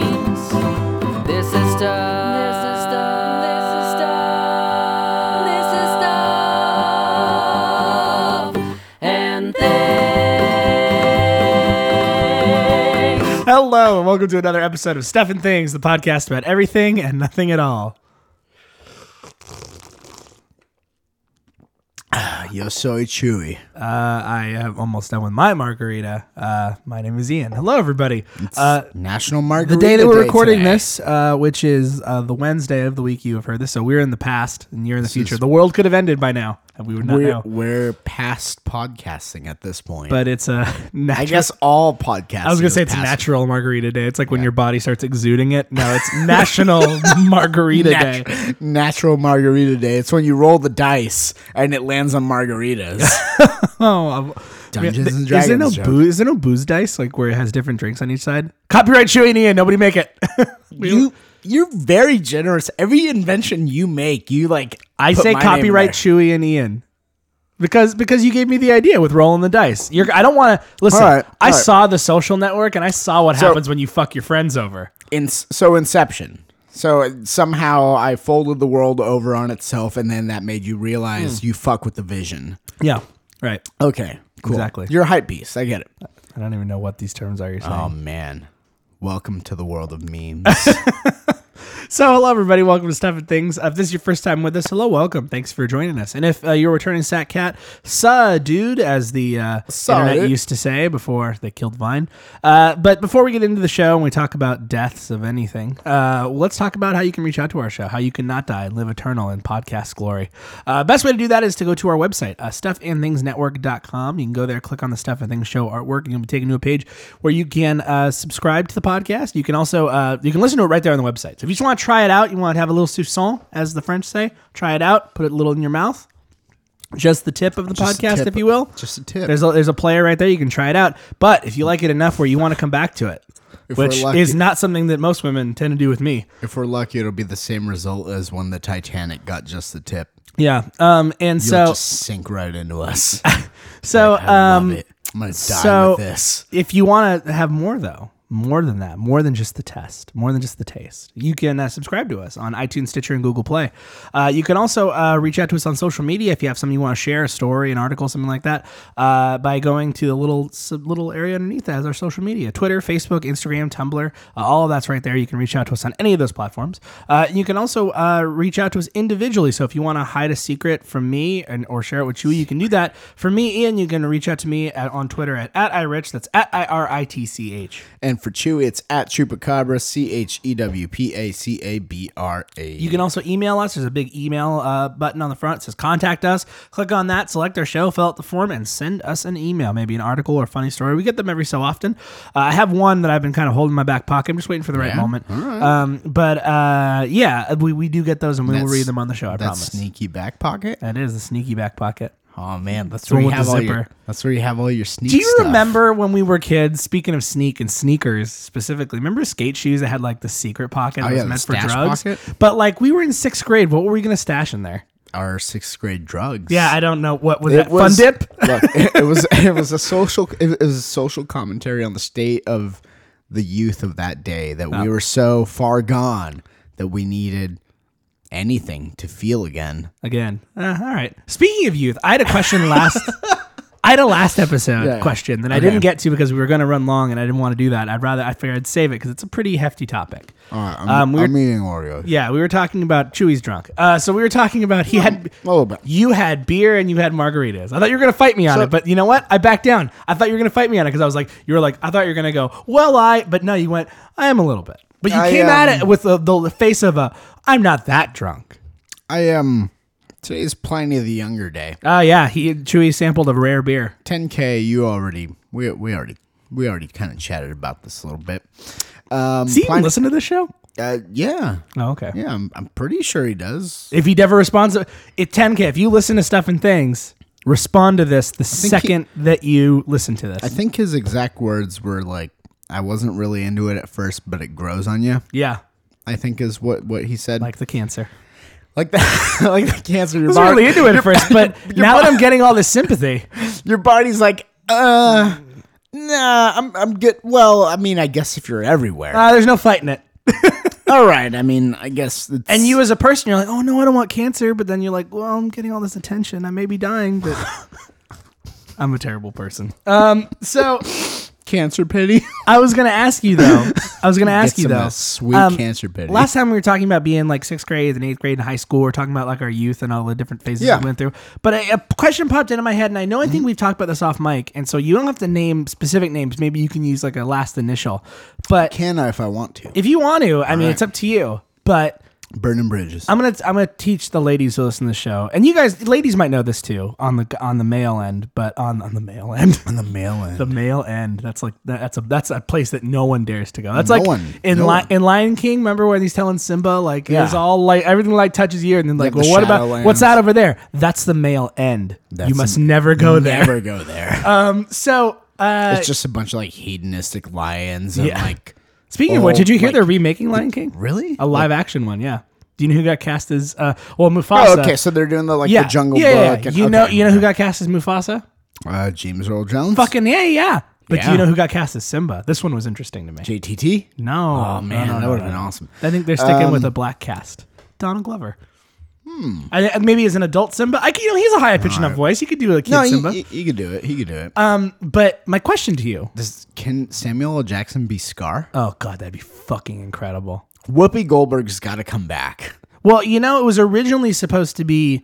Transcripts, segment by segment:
This is stuff. This is stuff. This is stuff. This is stuff. And things. Hello, and welcome to another episode of Stuff and Things, the podcast about everything and nothing at all. You're so chewy. Uh, I am almost done with my margarita. Uh, my name is Ian. Hello, everybody. Uh, National Margarita the day that we're recording today. this, uh, which is uh, the Wednesday of the week you have heard this, so we're in the past and you're in the future. is- The world could have ended by now, and we would not we're, know. we're past podcasting at this point. But it's a I natural. guess all podcasts. I was gonna say it's natural margarita day. It's like when your body starts exuding it. No, it's National Margarita Day. Natural Margarita Day. It's when you roll the dice and it lands on margaritas. Oh, I'm- Dungeons Yeah, th- and Dragons Is there no joke. booze? Is there no booze dice like where it has different drinks on each side? Copyright Chewy and Ian. Nobody make it. you you're very generous. Every invention you make, you like. I put say my name copyright there. Chewy and Ian because because you gave me the idea with rolling the dice. You're, I don't want to listen. All right, I all right. saw the Social Network and I saw what So- happens when you fuck your friends over. In, so Inception. So it- somehow I folded the world over on itself, and then that made you realize Hmm. you fuck with the vision. Yeah, right. Okay, cool. Exactly. You're a hype beast. I get it. I don't even know what these terms are. You're saying. Oh man. Welcome to the world of memes. So, hello, everybody. Welcome to Stuff and Things. If this is your first time with us, hello, welcome. Thanks for joining us. And if uh, you're a returning Sat Cat, suh, dude, as the uh, Suh, internet dude. used to say before they killed Vine. Uh, but before we get into the show and we talk about deaths of anything, uh, let's talk about how you can reach out to our show, how you can not die and live eternal in podcast glory. Uh, best way to do that is to go to our website, uh, stuffandthingsnetwork.com. You can go there, click on the Stuff and Things show artwork, and you'll be taken to a page where you can uh, subscribe to the podcast. You can also uh, you can listen to it right there on the website. So if you just want to try it out, you want to have a little sousson, as the French say, try it out, put it a little in your mouth. Just the tip of the Just a podcast, tip. if you will. Just a tip. There's a, there's a player right there. You can try it out. But if you like it enough where you want to come back to it, we're which lucky. is not something that most women tend to do with me. if we're lucky, it'll be the same result as when the Titanic got just the tip. Yeah. Um. And You'll so just sink right into us. so I love um. it. I'm gonna die so- with this. If you want to have more though, more than that, more than just the test, more than just the taste, you can uh, subscribe to us on iTunes, Stitcher, and Google Play. Uh, you can also uh, reach out to us on social media if you have something you want to share, a story, an article, something like that, uh, by going to the little sub, little area underneath that is our social media: Twitter, Facebook, Instagram, Tumblr. Uh, all of that's right there. You can reach out to us on any of those platforms. Uh, you can also uh, reach out to us individually. So if you want to hide a secret from me and or share it with you, you can do that. For me, Ian, you can reach out to me at, on Twitter at, at irich. That's at i r i t c h. And for Chewy, it's at Chupacabra, C H E W P A C A B R A. You can also email us. There's a big email uh, button on the front. It says contact us. Click on that, select our show, fill out the form, and send us an email. Maybe an article or funny story. We get them every so often. Uh, I have one that I've been kind of holding in my back pocket. I'm just waiting for the right moment. Um, but uh, yeah, we, we do get those and we will That's- read them on the show. I that promise. sneaky back pocket. that is the sneaky back pocket. Oh man, that's The where one you with have the all zipper. your. That's where you have all your sneak. Do you stuff. remember when we were kids? Speaking of sneak and sneakers specifically, remember skate shoes that had like the secret pocket that Oh, was yeah, the meant for stash drugs? pocket? But like we were in sixth grade, what were we gonna stash in there? our sixth grade drugs? Yeah, I don't know what was It that was- fun dip. Look, it, it was it was a social it was a social commentary on the state of the youth of that day that we were so far gone that we needed anything to feel again. Again, uh, all right. Speaking of youth, I had a question last. I had a last episode Yeah. question that I Okay. didn't get to because we were going to run long and I didn't want to do that. I'd rather I figured I'd save it because it's a pretty hefty topic. All right, I'm, Um, we I'm were, eating Oreos. yeah, we were talking about Chewy's drunk. Uh, so we were talking about he had a little bit. You had beer and you had margaritas. I thought you were going to fight me on it, but you know what? I backed down. I thought you were going to fight me on it because I was like, you were like, I thought you were going to go, well, I, but no, you went, I am a little bit. But you I, came at um, it with the, the face of a, I'm not that drunk. I am. Um, today's Pliny the Younger Day. Oh yeah, he Chewy sampled a rare beer. 10K. You already. We we already we already kind of chatted about this a little bit. Um, See, Pliny- listen to this show. Uh, yeah, Oh, okay. yeah, I'm, I'm pretty sure he does. If he never responds, it 10k. If you listen to stuff and things, respond to this the think he- second that you listen to this. I think his exact words were like, "I wasn't really into it at first, but it grows on you." yeah, I think is what what he said. like the cancer. like that, like the cancer. Your, I was bod- really into it at first, but now that body- I'm getting all this sympathy, your body's like, uh, nah, I'm I'm good. Well, I mean, I guess if you're everywhere, uh, there's no fighting it. all right. I mean, I guess it's, And you, as a person, you're like, oh no, I don't want cancer. But then you're like, well, I'm getting all this attention. I may be dying, but I'm a terrible person. Um, so cancer pity. I was gonna ask you though. I was gonna ask Get you some of though. that sweet Um, cancer pity. Last time we were talking about being like sixth grade and eighth grade and high school, we're talking about like our youth and all the different phases Yeah. Mm-hmm. we went through. But a, a question popped into my head, and I know I think we've talked about this off mic, and so you don't have to name specific names. Maybe you can use like a last initial. But Can I if I want to? if you want to, I mean, it's up to you. But Burning bridges. I'm gonna I'm gonna teach the ladies who listen to the show, and you guys, ladies might know this too on the on the male end, but on on the male end. on the mail end. The male end. That's like that, that's a that's a place that no one dares to go. That's No like one. in No Li- one. in Lion King. Remember when he's telling Simba like Yeah. it's all like everything like touches you, and then like have the well what about Shadowlands. what's that over there? That's the male end. you That's- must never go there. Never go there. Um. So uh, it's just a bunch of like hedonistic lions and Yeah. like speaking of which, oh, did you hear like- they're remaking Lion King? really. Oh, A live action one. Yeah. Do you know who got cast as uh? Well, Mufasa. Oh, okay. So they're doing the like Yeah. the Jungle yeah, yeah, Book. yeah. And, You know. okay. You know who got cast as Mufasa? Uh, James Earl Jones. Fucking yeah, yeah. But do you Yeah. know who got cast as Simba? This one was interesting to me. JTT. No. Oh man, that would have been awesome. Um, I think they're sticking with a black cast. Donald Glover. Hmm. I, I- maybe as an adult Simba. I, c- you know, he's a high pitched enough voice. He could do a kid No, Simba. he, he, he could do it. He could do it. um, but my question to you. Does can Samuel L. Jackson be Scar? Oh God, that'd be fucking incredible. Whoopi Goldberg's got to come back. Well, you know, it was originally supposed to be,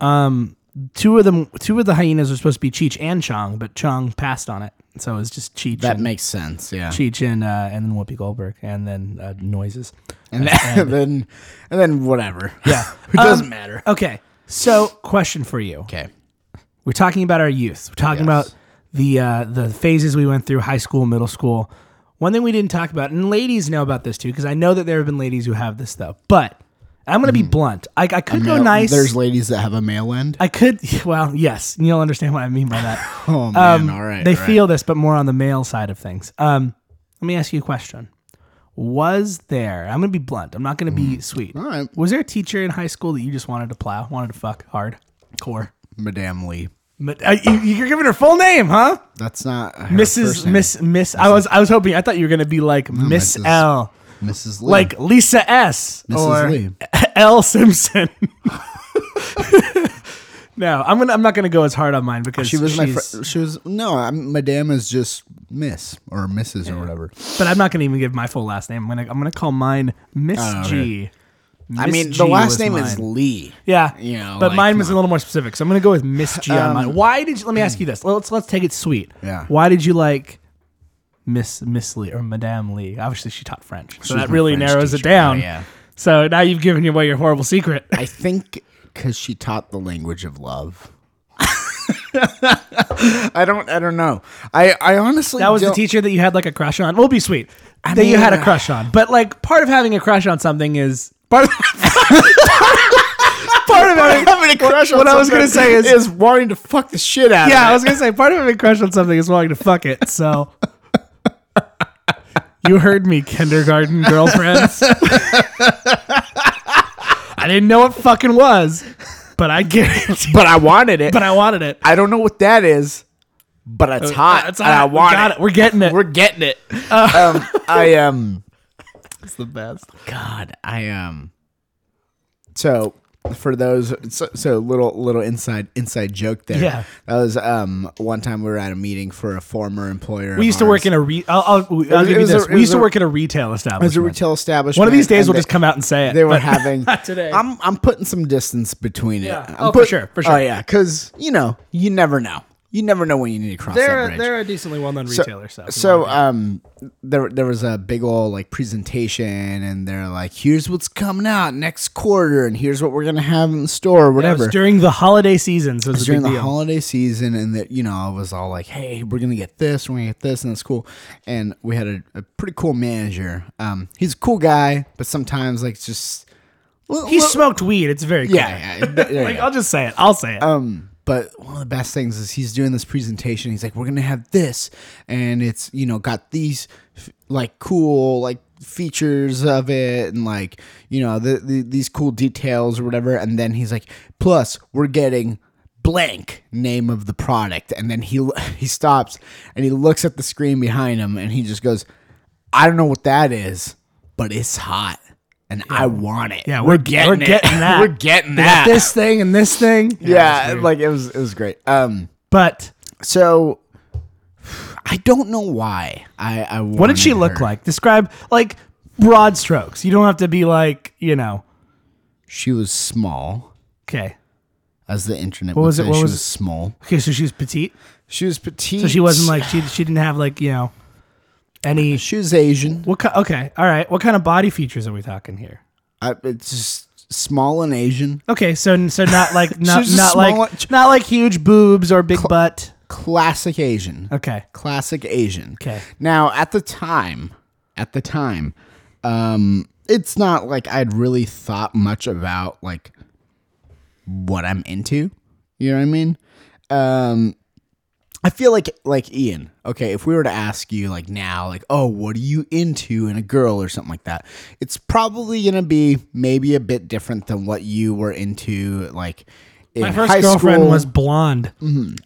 um, two of them. Two of the hyenas were supposed to be Cheech and Chong, but Chong passed on it, so it was just Cheech. That and, makes sense. Yeah. Cheech and uh, and then Whoopi Goldberg, and then uh, noises. And then, then and then whatever. Yeah, Um, it doesn't matter. Okay, so question for you. Okay. We're talking about our youth. We're talking Yes. about the uh, the phases we went through, high school, middle school. One thing we didn't talk about, and ladies know about this too, because I know that there have been ladies who have this though. But I'm going to be blunt. I, Hmm. I could go Now, nice. There's ladies that have a male end. I could. Well, yes, and you'll understand what I mean by that. Oh man. Um, all right. They all right. feel this, but more on the male side of things. Um, let me ask you a question. Was there? I'm going to be blunt. I'm not going to be sweet. Mm. All right. Was there a teacher in high school that you just wanted to plow, wanted to fuck hard, core? Madame Lee. But, uh, you, you're giving her full name, huh? That's not her Mrs. first name. Miss Miss. I was I was hoping. I thought you were gonna be like Miss Mrs. L, Mrs. Lee. like Lisa S Mrs. or Lee. L Simpson. no, I'm gonna I'm not gonna go as hard on mine because She was my she's- friend. She was no, I'm, Madame is just Miss or Mrs. or whatever. But I'm not gonna even give my full last name. I'm gonna I'm gonna call mine Miss Oh, G. I Miss mean, G the last was name mine. is Lee. Yeah, You know, but like, mine come was a on. little more specific, so I'm gonna go with Miss G on mine. Why did you? Let me ask you this. Let's let's take it sweet. Yeah. Why did you like Miss Miss Lee or Madame Lee? Obviously, she taught French, so that my really French narrows it teacher. down. Oh, yeah. So now you've given away your horrible secret. I think because she taught the language of love. I don't. I don't know. I. I honestly. That was the don't- teacher that you had like a crush on. We'll be sweet. that you mean, had a uh, crush on, but like part of having a crush on something is part of. part of having Having a crush on what I was something gonna say is- is wanting to fuck the shit out. Yeah, I of was gonna say part of having a crush on something is wanting to fuck it. So you heard me, kindergarten girlfriends. I didn't know what fucking was, but I guarantee. it. But I wanted it. But I wanted it. I don't know what that is. But it's hot. It's and I We want got it. We're getting it. Uh, We're getting it. um, I um. It's the best. God, I um. So for those, so, so little little inside inside joke there. Yeah. that was um one time we were at a meeting for a former employer. We used to work in a re. I'll, I'll, I'll was- give it you was a- this. it we used was to a- work at a retail as a establishment. retail establishment. One of these days, and we'll they- just come out and say it. They were but- having not today. I'm I'm putting some distance between it. Yeah. I'm Oh, for sure, for sure. Oh yeah, because you know you never know. you never know when you need to cross that They're bridge. they're a decently well known retailer. So, if you so wanna be- um, there there was a big old like presentation, and they're like, "Here's what's coming out next quarter, and here's what we're gonna have in the That store, or was whatever." during the holiday season, so It it's was a big during the deal. holiday season, and that you know, I was all like, "Hey, we're gonna get this, we're gonna get this, and it's cool." And we had a, a pretty cool manager. Um, he's a cool guy, but sometimes like just he smoked weed. It's very clear. yeah, yeah, there you like go. I'll just say it. I'll say it. Um, but one of the best things is he's doing this presentation. He's like, "We're gonna have this, and it's you know got these f- like cool like features of it, and like you know the, the these cool details or whatever." And then he's like, "Plus, we're getting." blank name of the product and then he l- he stops and he looks at the screen behind him and he just goes I don't know what that is but it's hot and I want it Yeah, we're- we're getting that. we're getting They that got this thing and this thing. it yeah, was weird. like it was it was great. Um, but so I don't know why I I what did she look like? Describe like broad strokes. You don't have to be like you know. She was small, Okay. as the internet What would was it- say. what she was was, it? small. Okay, so she was petite. She was petite. So she wasn't like she she didn't have like you know any she was Asian. what kind. Okay, all right. What kind of body features are we talking here? I, it's just small and Asian. Okay, so so not like not She's a not small- like not like huge boobs or big butt. Classic Asian. Okay, Classic Asian. Okay. Now at the time, at the time, um, it's not like I'd really thought much about like what I'm into. You know what I mean? Um, I feel like like Ian. Okay, if we were to ask you like now, like, oh, what are you into in a girl or something like that? It's probably gonna be maybe a bit different than what you were into like. In my first high girlfriend school. Mm-hmm. was blonde.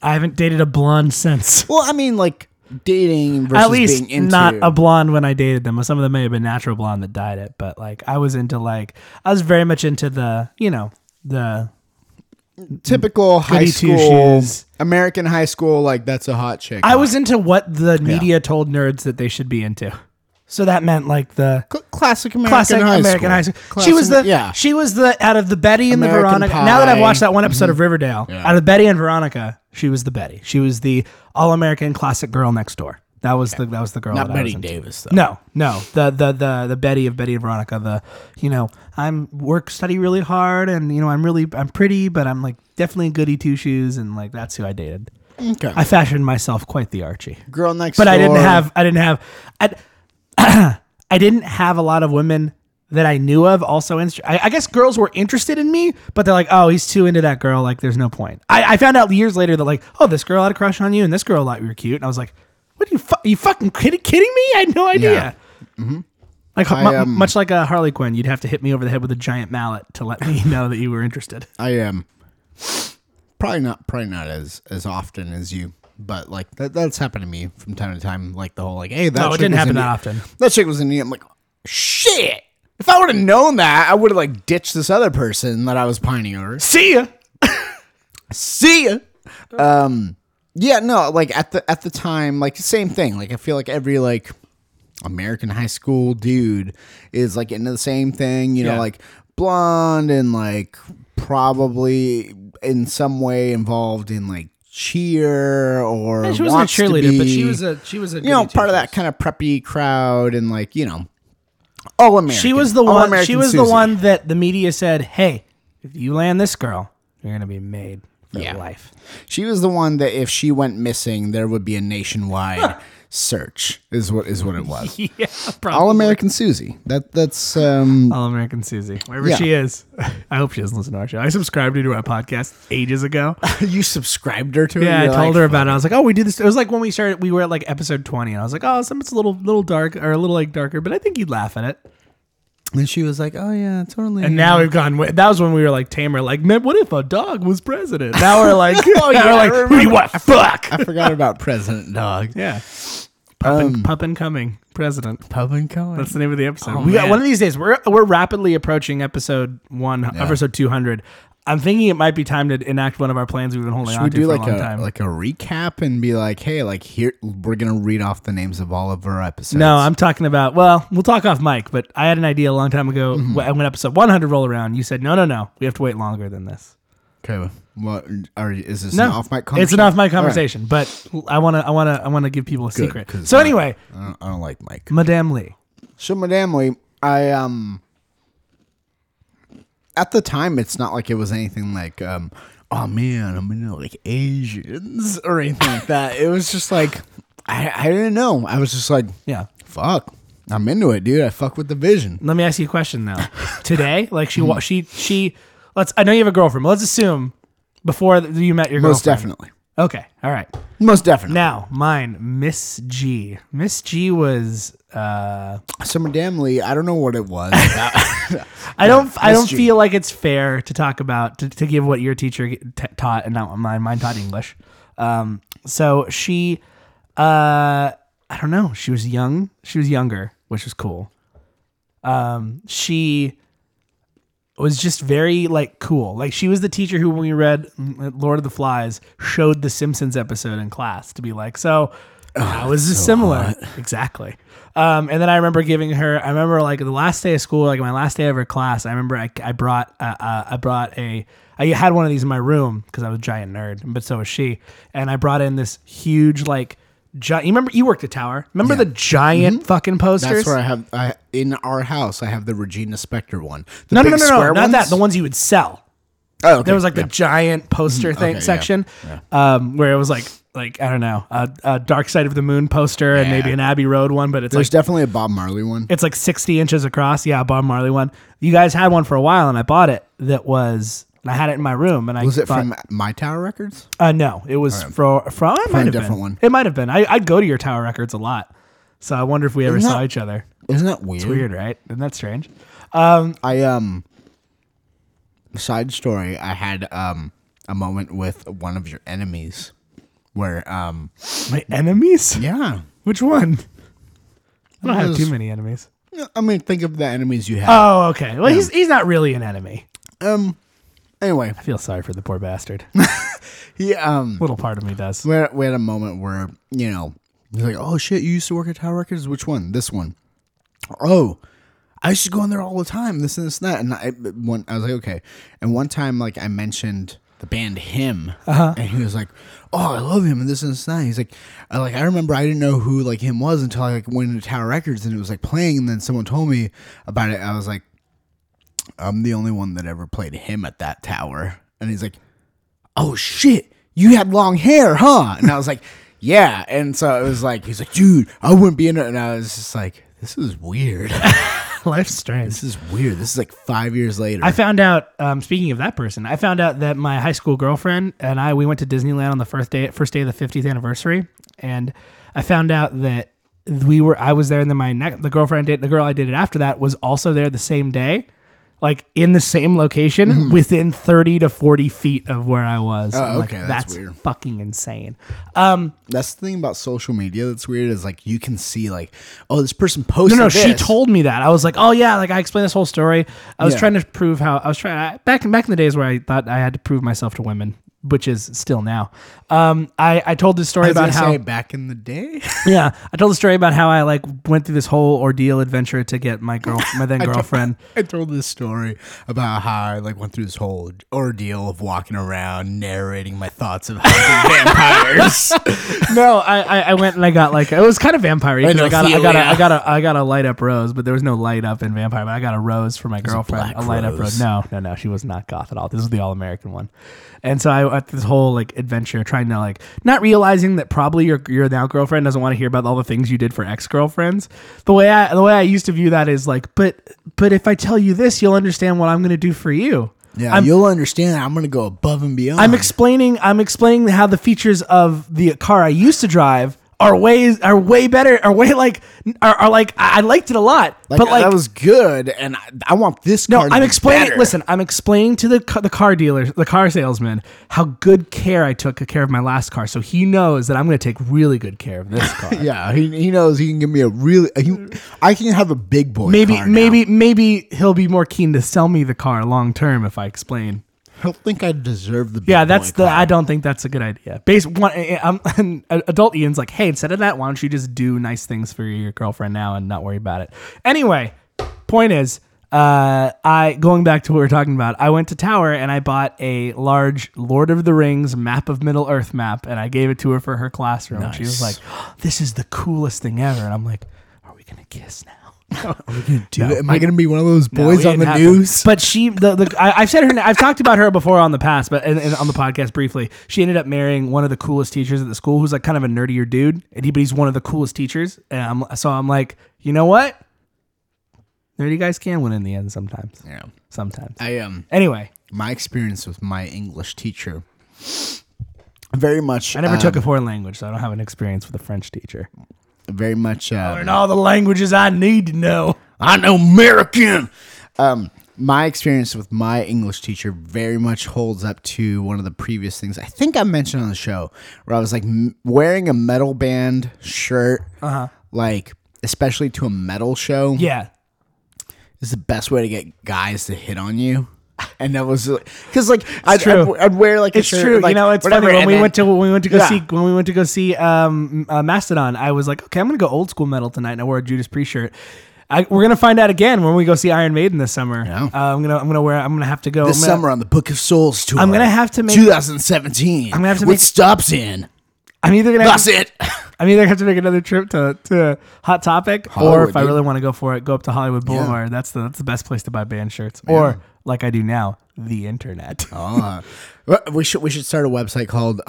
I haven't dated a blonde since. Well, I mean, like dating versus at least being into not a blonde when I dated them. Some of them may have been natural blonde that dyed it, but like I was into like I was very much into the you know the typical high Mm. goody two school shoes. American high school. Like that's a hot chick. I was into what the media told nerds that they should be into. So that meant like the Cl- classic American classic high American school. high school. Classic- she was the yeah. She was the out of the Betty and the American Veronica. Now that I've Pie. Mm-hmm. watched that one episode of Riverdale, Yeah. out of Betty and Veronica, she was the Betty. She was the all American classic girl next door. That was the that was the girl. Not that I was Betty into. Davis though. No, no. The the the the Betty of Betty and Veronica. The you know I'm work study really hard and you know I'm really I'm pretty but I'm like definitely goody two shoes and like that's who I dated. Okay. I fashioned myself quite the Archie, Girl next but I didn't door. have I didn't have I I didn't have a lot of women that I knew of. Also, inst- I, I guess girls were interested in me, but they're like, oh, he's too into that girl. Like, there's no point. I, I found out years later that like, oh, this girl had a crush on you and this girl thought you were cute, and I was like, what are you fu- you fucking kidding kidding me? I had no idea. Yeah. Mm-hmm. Like I, mu- um, much like a Harley Quinn, you'd have to hit me over the head with a giant mallet to let me know that you were interested. I am probably not probably not as as often as you, but like that that's happened to me from time to time. Like the whole like, hey, that No, it chick didn't was happen into- that often. That chick was in me. I'm like, shit. If I would have known that, I would have like ditched this other person that I was pining over. See ya. see ya. Uh. Um, yeah, no, like at the at the time, like same thing. Like I feel like every like American high school dude is like into the same thing. You Yeah. know, like blonde and like probably in some way involved in like cheer or she was a wants to cheerleader, but she be, was a she was a you know part of that kind of preppy crowd and like you know all American. She was the All one. American She was the Susie. one that the media said, "Hey, if you land this girl, you're gonna be made for Yeah. life." She was the one that if she went missing, there would be a nationwide search. Is what is what it was. yeah, All American Susie. That that's um All American Susie, wherever Yeah. she is. I hope she doesn't listen to our show. I subscribed to our podcast ages ago. you subscribed her to. it? Yeah, I You're told like, her about it. I was like, "Oh, we did this." It was like when we started. We were at like episode twenty, and I was like, "Oh, some it's a little little dark or a little like darker, but I think you'd laugh at it." And she was like, "Oh yeah, totally." And now we've gone. way- That was when we were like tamer. Like, man, what if a dog was president? Now we're like, oh yeah, yeah, I we're like, who do you want? Fuck. I forgot about President Dog. Yeah. Pup, and, pup and coming president. Pub and Cohen. That's the name of the episode. Oh, we got man. one of these days. We're we're rapidly approaching episode one, episode two hundred. I'm thinking it might be time to enact one of our plans we've been holding Should on we to do for like a long a time. like a recap and be like, "Hey, like here we're gonna read off the names of all of our episodes." no, I'm talking about. Well, we'll talk off mic, but I had an idea a Mm-hmm. long time ago. wh- When episode 100 roll around, you said, "No, no, no, we have to wait longer than this." okay. What are is this No, an off mic conversation? it's an off mic All right. conversation, but I want to, I want to, I want to give people a secret. 'cause So I- anyway, I don't, I don't like Mike. Madame Lee, So Madame Lee, I um at the time it's not like it was anything like um oh man, I'm into like Asians or anything like that. It was just like I, I didn't know. I was just like yeah. fuck. I'm into it, dude. I fuck with the vision. Let me ask you a question now. Today, like she, Hmm. wa- she, she. Let's. I know you have a girlfriend. But let's assume before th- you met your girlfriend. Most definitely. Okay. All right. Most definitely. Now, mine, Miss G. Miss G was. Uh, so Madame Lee, I don't know what it was. I don't. I Miss don't G. feel like it's fair to talk about to, to give what your teacher t- taught and not what mine. Mine taught English. Um, so she, uh, I don't know. She was young. She was younger, which was cool. Um, she was just very like cool. Like she was the teacher who, when we read mm, Lord of the Flies, showed the Simpsons episode in class to be like, so Oh, how is this similar? Exactly. Um, and then I remember giving her. I remember like the last day of school, like my last day of her class. I remember I, I brought uh, uh, I brought a I had one of these in my room because I was a giant nerd, but so was she. And I brought in this huge like. Gi- you remember you worked at Tower? Remember the giant fucking posters? Mm-hmm. That's where I have I in our house I have the Regina Spektor one. The No, no, big no, no, no, square not that. ones? The ones you would sell. oh, okay. Mm, There was like the giant poster thing yeah, section, Um, where it was like like I don't know, a, a Dark Side of the Moon poster and maybe an Abbey Road one, but it's There's like definitely a Bob Marley one. it's like sixty inches across. Yeah, a Bob Marley one. You guys had one for a while, and I bought it. That was and I had it in my room, and I Was it thought- from My Tower Records? Uh, no, it was fro from. It might have different been. one. It might have been. I, I'd go to your Tower Records a lot, so I wonder if we ever Isn't saw that- each other. Isn't that weird? Weird, right? Isn't that strange? I um side story, I had um a moment with one of your enemies where um My enemies? yeah. Which one? I don't have Those- too many enemies. I mean think of the enemies you have. Oh, okay. Well, he's he's not really an enemy. um anyway, I feel sorry for the poor bastard. he um Little part of me does. we had, we had a moment where, you know, he's like, "Oh shit, you used to work at Tower Records? Which one? This one." Oh, I used to go in there all the time, this and this and that. And I, one, I was like, okay. And one time, like, I mentioned the band Him, and he was like, oh, I love him, and this and this and that. He's like, I, like, I remember I didn't know who, like, Him was until I, like, went into Tower Records and it was, like, playing, and then someone told me about it. I was like, I'm the only one that ever played Him at that tower. And he's like, oh, shit, you had long hair, huh? And I was like, yeah. And so it was like, he's like, dude, I wouldn't be in it. And I was just like, this is weird. Life's strange. This is weird. This is like five years later. I found out. Um, speaking of that person, I found out that my high school girlfriend and I we went to Disneyland on the first day, first day of the fiftieth anniversary, and I found out that we were. I was there, and then my ne- the girlfriend did the girl I dated after that was also there the same day, like in the same location, within thirty to forty feet of where I was. Oh, I'm like, okay, that's weird. fucking insane. That's the thing about social media that's weird is like you can see like, oh, this person posted. No, no, this. she told me that. I was like, oh yeah, like I explained this whole story. I was Yeah. trying to prove how I was trying I, back in back in the days where I thought I had to prove myself to women, which is still now. Um, I I told this story I was about gonna how say, back in the day. yeah, I told the story about how I like went through this whole ordeal adventure to get my girl my then girlfriend. I told this story about how I like went through this whole ordeal of walking around narrating my thoughts of hunting vampires. no, I, I I went and I got like it was kind of vampire. I, I got a, I got a, I Anophelia. got a I got a light up rose, but there was no light up in vampire. But I got a rose for my girlfriend. A, black light up rose. rose. No, no, no. She was not goth at all. This was the all American one. And so I went this whole like adventure trying to like not realizing that probably your your now girlfriend doesn't want to hear about all the things you did for ex girlfriends. The way I the way I used to view that is like, but but if I tell you this, you'll understand what I'm going to do for you. yeah, I'm- you'll understand. I'm gonna go above and beyond. I'm explaining. I'm explaining how the features of the car I used to drive are ways are way better. Are way like are, are like I I liked it a lot, like, uh, but like that was good, and I, I want this. no, car to I'm be explaining. better. Listen, I'm explaining to the ca- the car dealer, the car salesman, how good care I took care of my last car. So he knows that I'm going to take really good care of this car. Yeah, he, he knows he can give me a really. He, I can have a big boy. Maybe, car now. maybe, maybe he'll be more keen to sell me the car long term if I explain he'll think I deserve the. Big Yeah, that's boy the. car. I don't think that's a good idea. Base one, eh, eh, um, and adult Ian's like, hey, instead of that, why don't you just do nice things for your girlfriend now and not worry about it? Anyway, point is, Uh, I going back to what we were talking about. I went to Tower and I bought a large Lord of the Rings map of Middle Earth map, and I gave it to her for her classroom. She was like, Nice. "This is the coolest thing ever," and I'm like, "Are we gonna kiss now?" Dude, am I going to be one of those No, boys it on the didn't happen. news? But she, the, the I, I've said her, I've talked about her before on the past, but and, and on the podcast briefly, she ended up marrying one of the coolest teachers at the school, who's like kind of a nerdier dude, and he, but he's one of the coolest teachers. And I'm, so I'm like, you know what? Nerdy guys can win in the end sometimes. Yeah. Sometimes. I um, Anyway, my experience with my English teacher very much I never uh, took a foreign language, so I don't have an experience with a French teacher. very much uh, Learn all the languages I need to know. I'm American. Um, my experience with my English teacher very much holds up to one of the previous things I think I mentioned on the show, where I was like m- wearing a metal band shirt, uh-huh. like especially to a metal show, Yeah. is the best way to get guys to hit on you. And that was because like I'd, true. I'd, I'd wear like a It's shirt, true. like, you know, it's whatever, funny when and we then- went to when we went to go Yeah. see when we went to go see um, uh, Mastodon. I was like, okay, I'm gonna go old school metal tonight, and I wore a Judas Priest shirt. I, we're gonna find out again when we go see Iron Maiden this summer. Yeah. Uh, I'm gonna I'm gonna wear I'm gonna have to go this I'm gonna- summer on the Book of Souls tour. I'm gonna have to make- 2017. I'm gonna have to with make- stops in. I'm either gonna have That's to, it. I'm either gonna have to make another trip to, to Hot Topic, or Hollywood, if I dude. really want to go for it, go up to Hollywood Boulevard. That's the that's the best place to buy band shirts, or like I do now, the internet. Uh, well, we should we should start a website called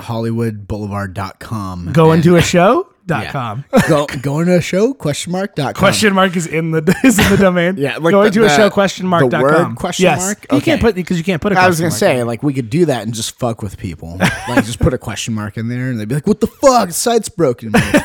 hollywoodboulevard.com. Go into a show dot Yeah. com. go go into a show question mark dot com. Question mark is in the is in Um, the domain. Yeah, like going the- to a the- show question mark the dot word com. question yes. mark? You can't Okay. put because you can't put a I was gonna question mark say like we could do that and just fuck with people. like just put a question mark in there and they'd be like, "What the fuck? Site's broken, in. you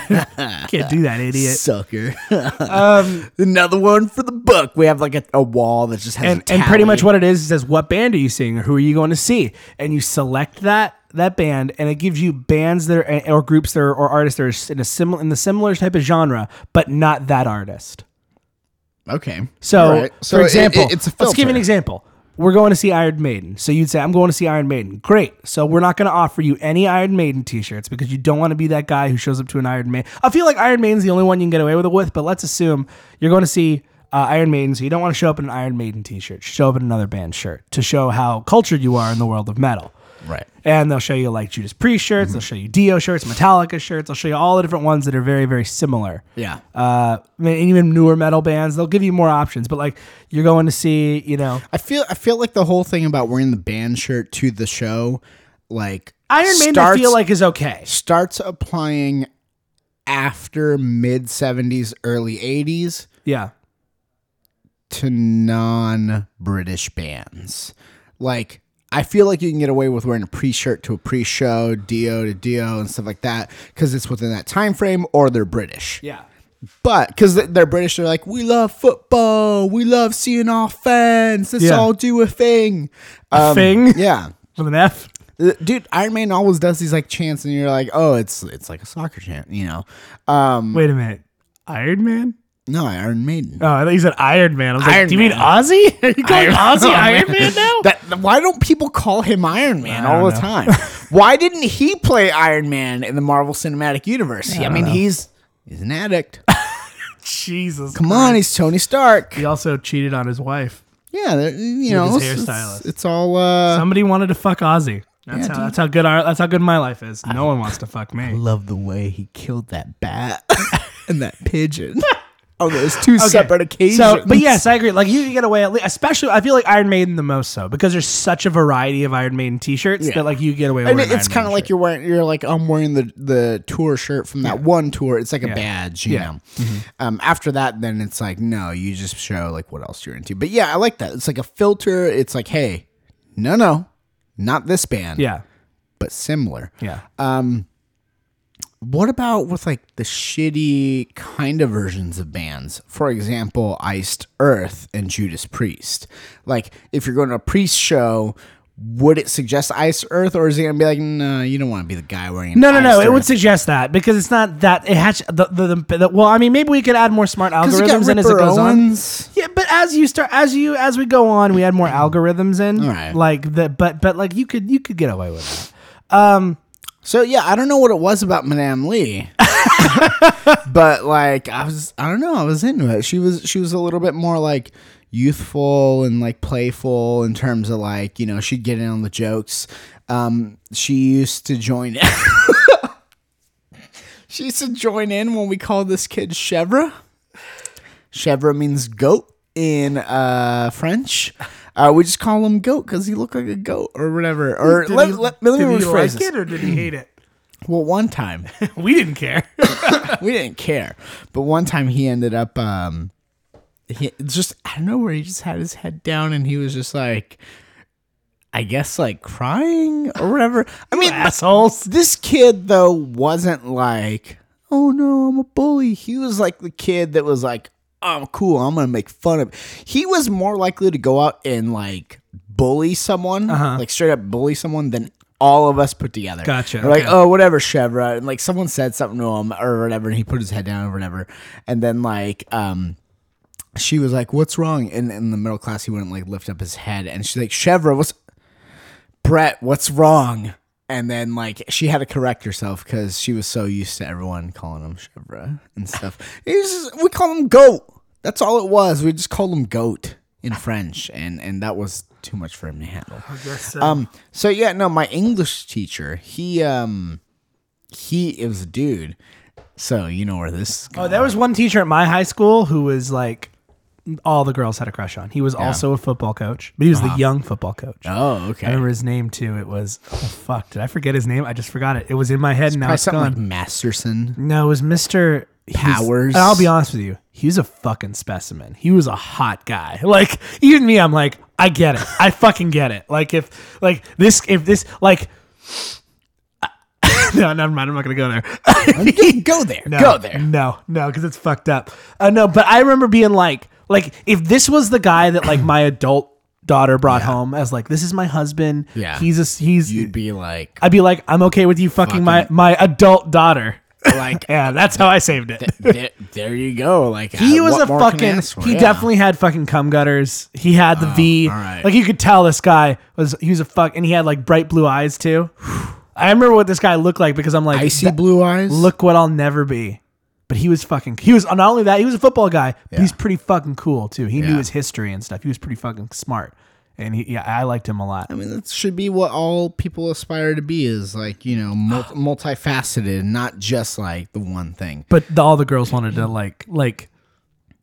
can't do that, idiot. sucker." Um, Another one for the book. We have like a, a wall that just has And a and pretty much tally. what it is it says what band are you seeing or who are you going to see and you select that that band and it gives you bands that are or groups that are, or artists that are in a similar in the similar type of genre but not that artist. okay. So, All right. So for it- example, it- it's a filter. let's give an example. We're going to see Iron Maiden. So you'd say, I'm going to see Iron Maiden. Great. So we're not going to offer you any Iron Maiden t shirts because you don't want to be that guy who shows up to an Iron Maiden. I feel like Iron Maiden's the only one you can get away with it with, but let's assume you're going to see uh, Iron Maiden. So you don't want to show up in an Iron Maiden t shirt. Show up in another band shirt to show how cultured you are in the world of metal. Right. And they'll show you like Judas Priest shirts, Mm-hmm. they'll show you Dio shirts, Metallica shirts, they'll show you all the different ones that are very, very similar Yeah. uh, I mean, even newer metal bands, they'll give you more options. But like, you're going to see, you know, I feel I feel like the whole thing about wearing the band shirt to the show, like Iron Maiden. I starts- feel like is okay. starts applying after mid 70s early 80s Yeah, to non-british bands like i feel like you can get away with wearing a pre-shirt to a pre-show dio to dio and stuff like that because it's within that time frame or they're british yeah. but because they're british they're like we love football we love seeing our fans let's Yeah. all do a thing um, thing yeah with an F. Uh, dude iron man always does these like chants and you're like oh it's it's like a soccer chant you know um Wait a minute, Iron Man. No, Iron Maiden. Oh, I thought you said Iron Man. I was like, Iron do you mean Man. Ozzy? Are you calling Ozzy Iron Man now? That, why don't people call him Iron Man I all the don't time? why didn't he play Iron Man in the Marvel Cinematic Universe? I, mean, he's he's an addict. Jesus. Come on, he's Tony Stark. He also cheated on his wife. Yeah, they're- you know, his it's, hairstylist. it's, it's all. Uh, Somebody wanted to fuck Ozzy. That's how. That's how good our. That's how good my life is. No one wants to fuck me. love the way he killed that bat and that pigeon on those two separate occasions. So, but yes, I agree. Like you can get away, at least, especially I feel like Iron Maiden the most so because there's such a variety of Iron Maiden t-shirts Yeah. that like you get away. And with it's kind of like you're wearing, you're like, I'm wearing the the tour shirt from that one tour. It's like a badge, you Yeah. Mm-hmm. know. Um, after that, then it's like, no, you just show like what else you're into. But yeah, I like that. It's like a filter. It's like, hey, no, no, not this band, yeah, but similar. yeah. Uh, What about with like the shitty kind of versions of bands? For example, Iced Earth and Judas Priest. Like, if you're going to a priest show, would it suggest Iced Earth, or is it gonna be like, no, you don't want to be the guy wearing? no, no, no. Iced It would Earth"? suggest that because it's not that it has the the, the, the well. I mean, maybe we could add more smart 'Cause you got algorithms in as it Ripper goes on. Owens. Yeah, but as you start, as you as we go on, we add more algorithms in. All right. Like the but but like you could you could get away with that. So yeah, I don't know what it was about Madame Lee, but like I was, I don't know, I was into it. She was, she was a little bit more like youthful and like playful in terms of like you know she'd get in on the jokes. Um, she used to join. she used to join in when we called this kid Chevra. Chevra means goat in uh, French. Uh, we just call him goat because he looked like a goat or whatever. Or let, let, let me did he rephrase like this. it or did he hate it? Well, one time We didn't care. we didn't care, but one time he ended up. um he just I don't know where he just had his head down and he was just like, I guess like crying or whatever. I mean, assholes. This kid though wasn't like, oh no, I'm a bully. He was like the kid that was like, oh cool, I'm gonna make fun of. He was more likely to go out and like bully someone, like straight up bully someone, than all of us put together. Gotcha, We're Like okay. oh whatever, Chevra, and like someone said something to him or whatever, and he put his head down or whatever, and then like um she was like, "What's wrong?" And in the middle class, he wouldn't like lift up his head, and she's like, "Chevra, what's Brett? What's wrong?" And then like she had to correct herself because she was so used to everyone calling him Chevra and stuff. It was just- we call him Goat. That's all it was. We just called him Goat in French, and and that was too much for him to handle. Um. So yeah, no, my English teacher, he um, he it was a dude. So you know where this is Oh, there was one teacher at my high school who was like, all the girls had a crush on. He was also a football coach, but he was the young football coach. Uh-huh. Oh, okay. I remember his name too. It was oh, fuck. Did I forget his name? I just forgot it. It was in my head. and Now Probably it's something gone. like Masterson. no, it was Mister Powers. I'll be honest with you. He was a fucking specimen. He was a hot guy. Like even me, I'm like, I get it. I fucking get it. Like if like this if this like. no, never mind. I'm not gonna go there. go there. No, Go there. No, no, because it's fucked up. Uh, no, but I remember being like, like if this was the guy that like my adult daughter brought home as like, this is my husband. Yeah. he's a he's. You'd be like, I'd be like, I'm okay with you fucking, my Fucking- my adult daughter. like yeah, that's how I saved it. there, there you go. Like He uh, was what a more can I fucking. ask for? He Yeah. Oh, definitely had fucking cum gutters. He had the V. all right. Like you could tell this guy was he was a fuck, and he had like bright blue eyes too. I remember what this guy looked like because I'm like icy "That- blue eyes. look what I'll never be. But he was fucking. He was not only that. He was a football guy. But he's Yeah. pretty fucking cool too. He knew Yeah. his history and stuff. He was pretty fucking smart. And he, yeah, I liked him a lot. I mean, that should be what all people aspire to be is like you know mul- multifaceted, and not just like the one thing. But the, all the girls wanted to like like.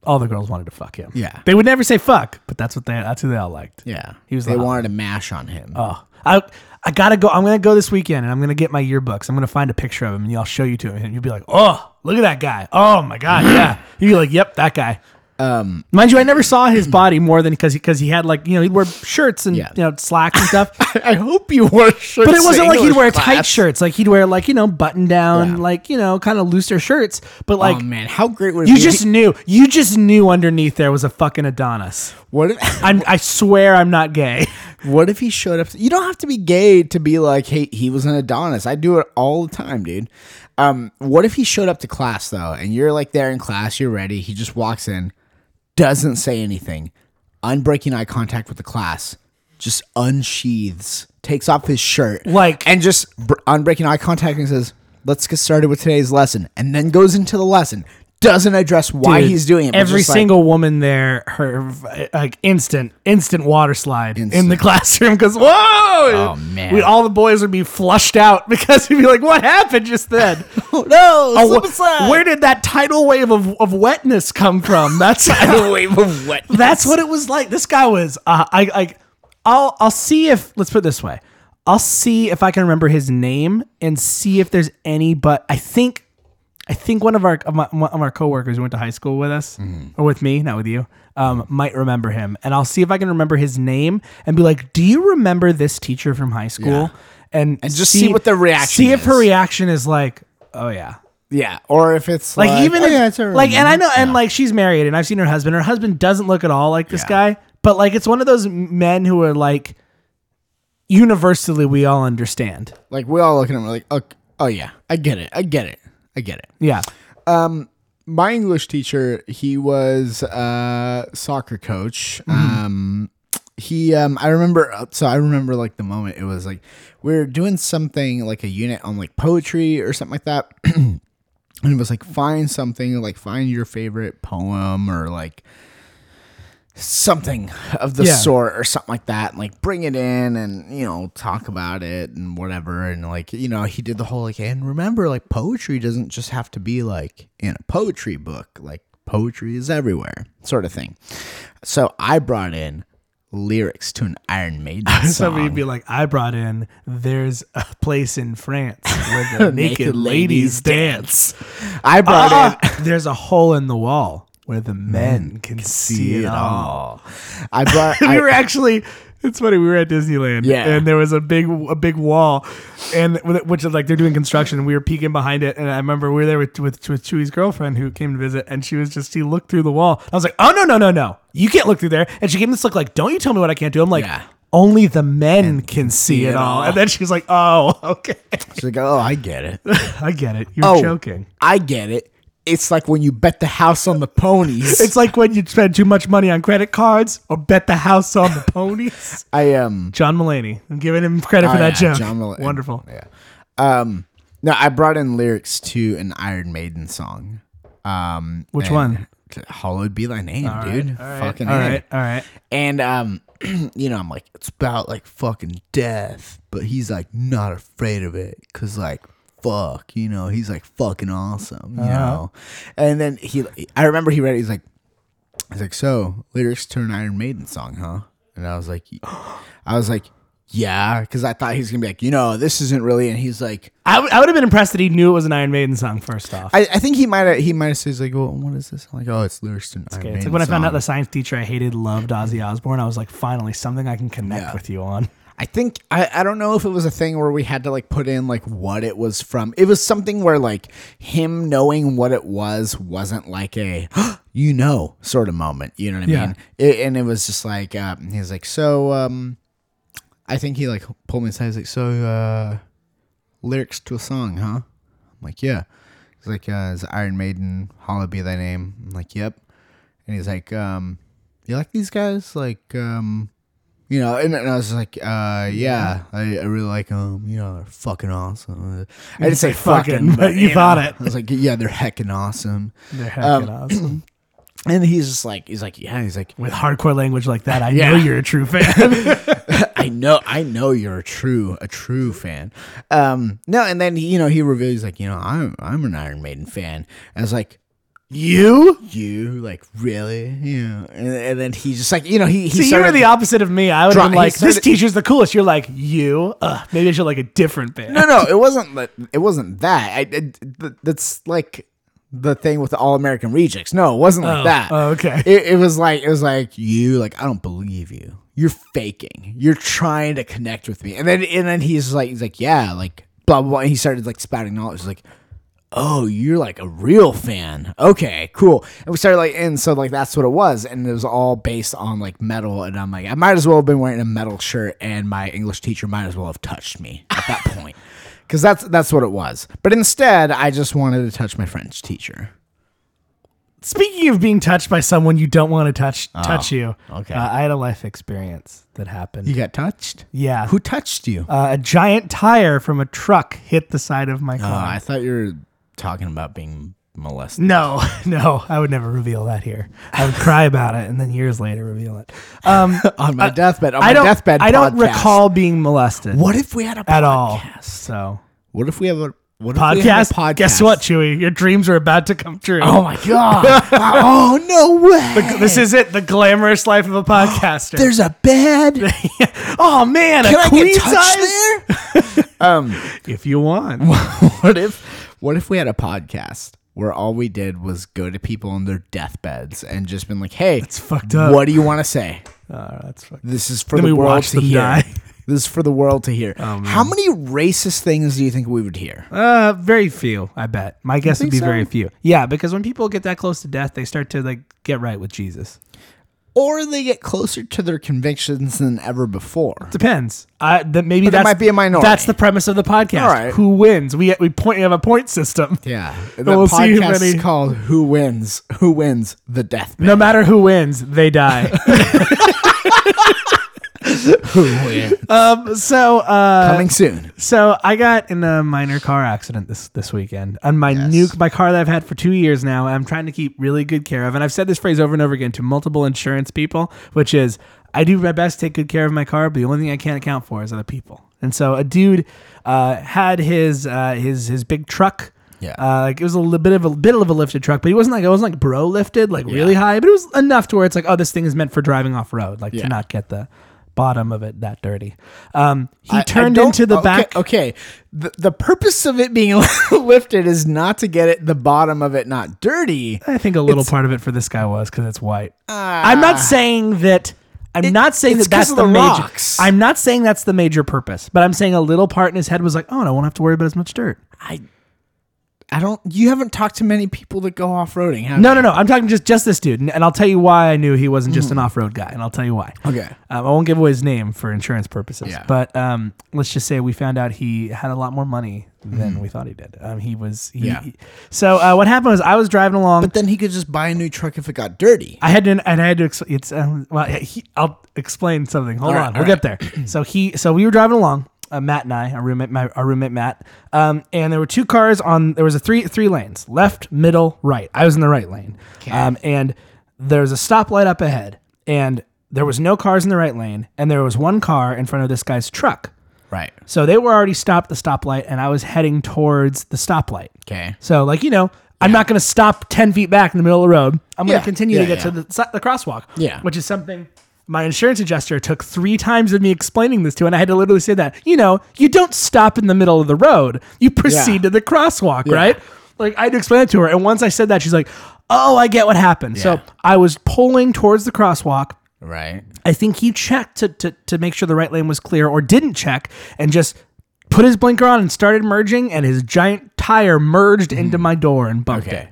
All the girls wanted to fuck him. Yeah. they would never say fuck, but that's what they. That's who they all liked. Yeah, He was They the hot wanted to mash on him. Oh, I I gotta go. I'm gonna go this weekend, and I'm gonna get my yearbooks. I'm gonna find a picture of him, and I'll show you to him, and you'll be like, "Oh, look at that guy! Oh my god, yeah." You'd be like, "Yep, that guy." Um, mind you, I never saw his body more than because because he, had like you know he'd wear shirts and Yeah. you know slacks and stuff, I hope you wore shirts. but it wasn't like he'd wear tight shirts. shirts. Like he'd wear like you know button down, Yeah. like you know kind of looser shirts. But like oh man, how great would it you be if just he- knew, you just knew underneath there was a fucking Adonis. what if, I'm, I swear I'm not gay. what if he showed up? You don't have to be gay to be like, hey, he was an Adonis. I do it all the time, dude. Um, what if he showed up to class though, and you're like there in class, you're ready. He just walks in, doesn't say anything, unbreaking eye contact with the class, just unsheathes, takes off his shirt, Like- and just br- unbreaking eye contact and says, "Let's get started with today's lesson," and then goes into the lesson. Doesn't address why Dude, he's doing it. but Every just, like, single woman there, her like instant, instant water slide in the Instant. classroom because whoa, oh man. we, all the boys would be flushed out because we'd be like, what happened just then? oh, no, Oh, slip wh- and slide. Where did that tidal wave of, of wetness come from? That's wave of wet. that's what it was like. This guy was. Uh, I like. I'll I'll see if let's put it this way. I'll see if I can remember his name and see if there's any. But I think I think one of our of, my, one of our coworkers who went to high school with us Mm-hmm. or with me, not with you, um, might remember him. And I'll see if I can remember his name and be like, "Do you remember this teacher from high school?" And And just see what the reaction See if her is. reaction is like, "Oh yeah." Yeah, or if it's like, like, even oh, if, yeah, it's alright, like and i man. know and like she's married and i've seen her husband her husband doesn't look at all like this guy but like it's one of those men who are like universally we all understand like we all look at him we're like, oh, oh yeah, I get it, I get it, I get it. yeah My Mm-hmm. English teacher, he was a soccer coach. Um, he um i remember so i remember like the moment it was like we are doing something like a unit on like poetry or something like that and it was like find something like find your favorite poem or like something of the Yeah. sort or something like that and like bring it in and you know talk about it and whatever and like you know he did the whole like and remember like poetry doesn't just have to be like in a poetry book like poetry is everywhere sort of thing so i brought in lyrics to an iron maiden song Somebody would be like, I brought in, there's a place in France where the naked, ladies dance. i brought in Ah, there's a hole in the wall where the men can see it all. i brought we I, were actually it's funny we were at disneyland Yeah. and there was a big a big wall and which is like they're doing construction and we were peeking behind it and i remember we were there with, with with chewie's girlfriend who came to visit and she was just she looked through the wall i was like oh no no no no you can't look through there and she gave me this look like don't you tell me what i can't do i'm like Yeah. Only the men can see it all. And then she was like, oh, okay. she's like oh i get it I get it. You're oh joking. i get it it's like when you bet the house on the ponies It's like when you spend too much money on credit cards or bet the house on the ponies. i um John Mulaney. I'm giving him credit for Oh, that yeah, joke. John Mulaney. Wonderful. Yeah. Um, no, I brought in lyrics to an Iron Maiden song. Um, Which and- one? Hallowed be thy name, dude. Fucking All A. right, all right. And um, you know, I'm like, it's about like fucking death, but he's like not afraid of it, cause like fuck, you know, he's like fucking awesome, you Uh-huh. know. And then he, I remember he read, it, he's like, he's like, so lyrics to an Iron Maiden song, huh? And I was like, I was like, yeah, cause I thought he was gonna be like, you know, this isn't really, and he's like. I would I would have been impressed that he knew it was an Iron Maiden song first off. I, I think he might have he might have said he's like, well, what is this? I'm like, oh, it's lyrics to an Iron Okay, Maiden it's like when I found song." out the science teacher I hated loved Ozzy Osbourne. I was like, finally, something I can connect Yeah. with you on. I think I, I don't know if it was a thing where we had to like put in like what it was from. It was something where like him knowing what it was wasn't like a you know sort of moment. You know what I Yeah. mean? It, and it was just like um, he was like so. um I think he like pulled me aside. He's like so uh lyrics to a song, huh? I'm like yeah. He's like uh, it's Iron Maiden, Hallowed Be Thy Name. I'm like yep. And he's like um you like these guys like um you know, and, and I was like, uh, yeah, I, I really like them. You know, they're fucking awesome. I didn't say fucking, fucking, but but, you know, thought it. I was like, yeah, they're heckin' awesome. They're Um, heckin' awesome. And he's just like, he's like, yeah, he's like, With hardcore language like that, I Yeah. know you're a true fan. I know, I know you're a true, a true fan. Um, no, and then you know he reveals, he's like, you know, I'm, I'm an Iron Maiden fan. I was like, you? you like really? You know, and, and then he just like, you know, he he See, you were started- the opposite of me. I would have Dro- been he like, this started- teacher's the coolest. You're like, you? Ugh, maybe I should like a different band. no, no, it wasn't. that- It wasn't that. I, I- th- that's like the thing with the All American Rejects. No, it wasn't like Oh, that. oh, okay. It, it was like it was like you. Like I don't believe you. You're faking. You're trying to connect with me. And then and then he's like he's like yeah like blah blah. blah. And he started like spouting knowledge. He's like. Oh, you're like a real fan. Okay, cool. And we started like, and so like that's what it was, and it was all based on like metal. And I'm like, I might as well have been wearing a metal shirt, and my English teacher might as well have touched me at that point, because that's that's what it was. But instead, I just wanted to touch my French teacher. Speaking of being touched by someone you don't want to touch, touch you. Oh, okay. Uh, I had a life experience that happened. You got touched? yeah. Who touched you? uh, a giant tire from a truck hit the side of my Oh, car. I thought you were talking about being molested. no, no, I would never reveal that here. I would cry about it and then years later reveal it. Um, on my deathbed. On I my don't. deathbed. I don't podcast. recall being molested What if we had a podcast? at all. So What if we have a what if we had podcast, a podcast? Guess what, Chewy? Your dreams are about to come true. Oh my god! oh no way! This is it. The glamorous life of a podcaster. There's a bed. Can oh man, a I queen get touched size. Um, there? If you want. What if what if we had a podcast where all we did was go to people on their deathbeds and just been like, "Hey, it's fucked up. What do you want to say? Oh, that's fuck- This is for Then the we world watch to them hear. die. Oh, This is for the world to hear. How many racist things do you think we would hear? Uh, very few, I bet. My guess would think be so? very few. Yeah, because when people get that close to death, they start to like get right with Jesus. Or they get closer to their convictions than ever before. Depends. I that maybe But there that's, might be a minority. That's the premise of the podcast. All right. Who wins? We we point. We have a point system. Yeah, the we'll see who podcast many- is called "Who Wins? Who Wins the Deathbed?" No matter who wins, they die. Um, so uh, Coming soon. So I got in a minor car accident this this weekend, and my new my car that I've had for two years now, I'm trying to keep really good care of. And I've said this phrase over and over again to multiple insurance people, which is, I do my best to take good care of my car, but the only thing I can't account for is other people. And so a dude uh, had his uh, his his big truck. Yeah. Uh, like it was a little bit of a bit of a lifted truck, but he wasn't like it wasn't like bro lifted, like really high, but it was enough to where it's like, oh, this thing is meant for driving off road, like Yeah. to not get the bottom of it that dirty. Um, he I- I turned don't- into the okay, back. Okay, the, the purpose of it being lifted is not to get it the bottom of it not dirty. I think a little part of it for this guy was because it's white. I'm not saying that. I'm not saying Ah. it's that that's 'cause of the, the major. rocks. I'm not saying that's the major purpose, but I'm saying a little part in his head was like, oh, and I won't have to worry about as much dirt. I, I don't. You haven't talked to many people that go off roading, have No, no, no. I'm talking just just this dude, and, and I'll tell you why I knew he wasn't just an off-road guy, and I'll tell you why. Hmm. Okay. Um, I won't give away his name for insurance purposes, Yeah. but um, let's just say we found out he had a lot more money than we thought he did. Um, he was, he, Hmm. Yeah. So uh, what happened was I was driving along. But then he could just buy a new truck if it got dirty. I had to, and I had to. Ex- it's um, well, he, I'll explain something. Hold All right, on, we'll all get there. So he, so we were driving along, uh, Matt and I, our roommate, my, our roommate Matt, um, and there were two cars on. There was a three three lanes: left, middle, right. I was in the right lane, um, and there's a stoplight up ahead, and there was no cars in the right lane, and there was one car in front of this guy's truck. Right. So they were already stopped at the stoplight, and I was heading towards the stoplight. Okay. So, like, you know, I'm not going to stop 10 feet back in the middle of the road. I'm going Yeah. to continue Yeah, to get yeah. to the, si- the crosswalk. Yeah. Which is something my insurance adjuster took three times of me explaining this to. And I had to literally say that, you know, you don't stop in the middle of the road, you proceed Yeah. to the crosswalk, right? Like, I had to explain it to her. And once I said that, she's like, oh, I get what happened. Yeah. So I was pulling towards the crosswalk. Right. I think he checked to, to, to make sure the right lane was clear or didn't check and just put his blinker on and started merging and his giant tire merged into my door and bumped Mm. Okay. it.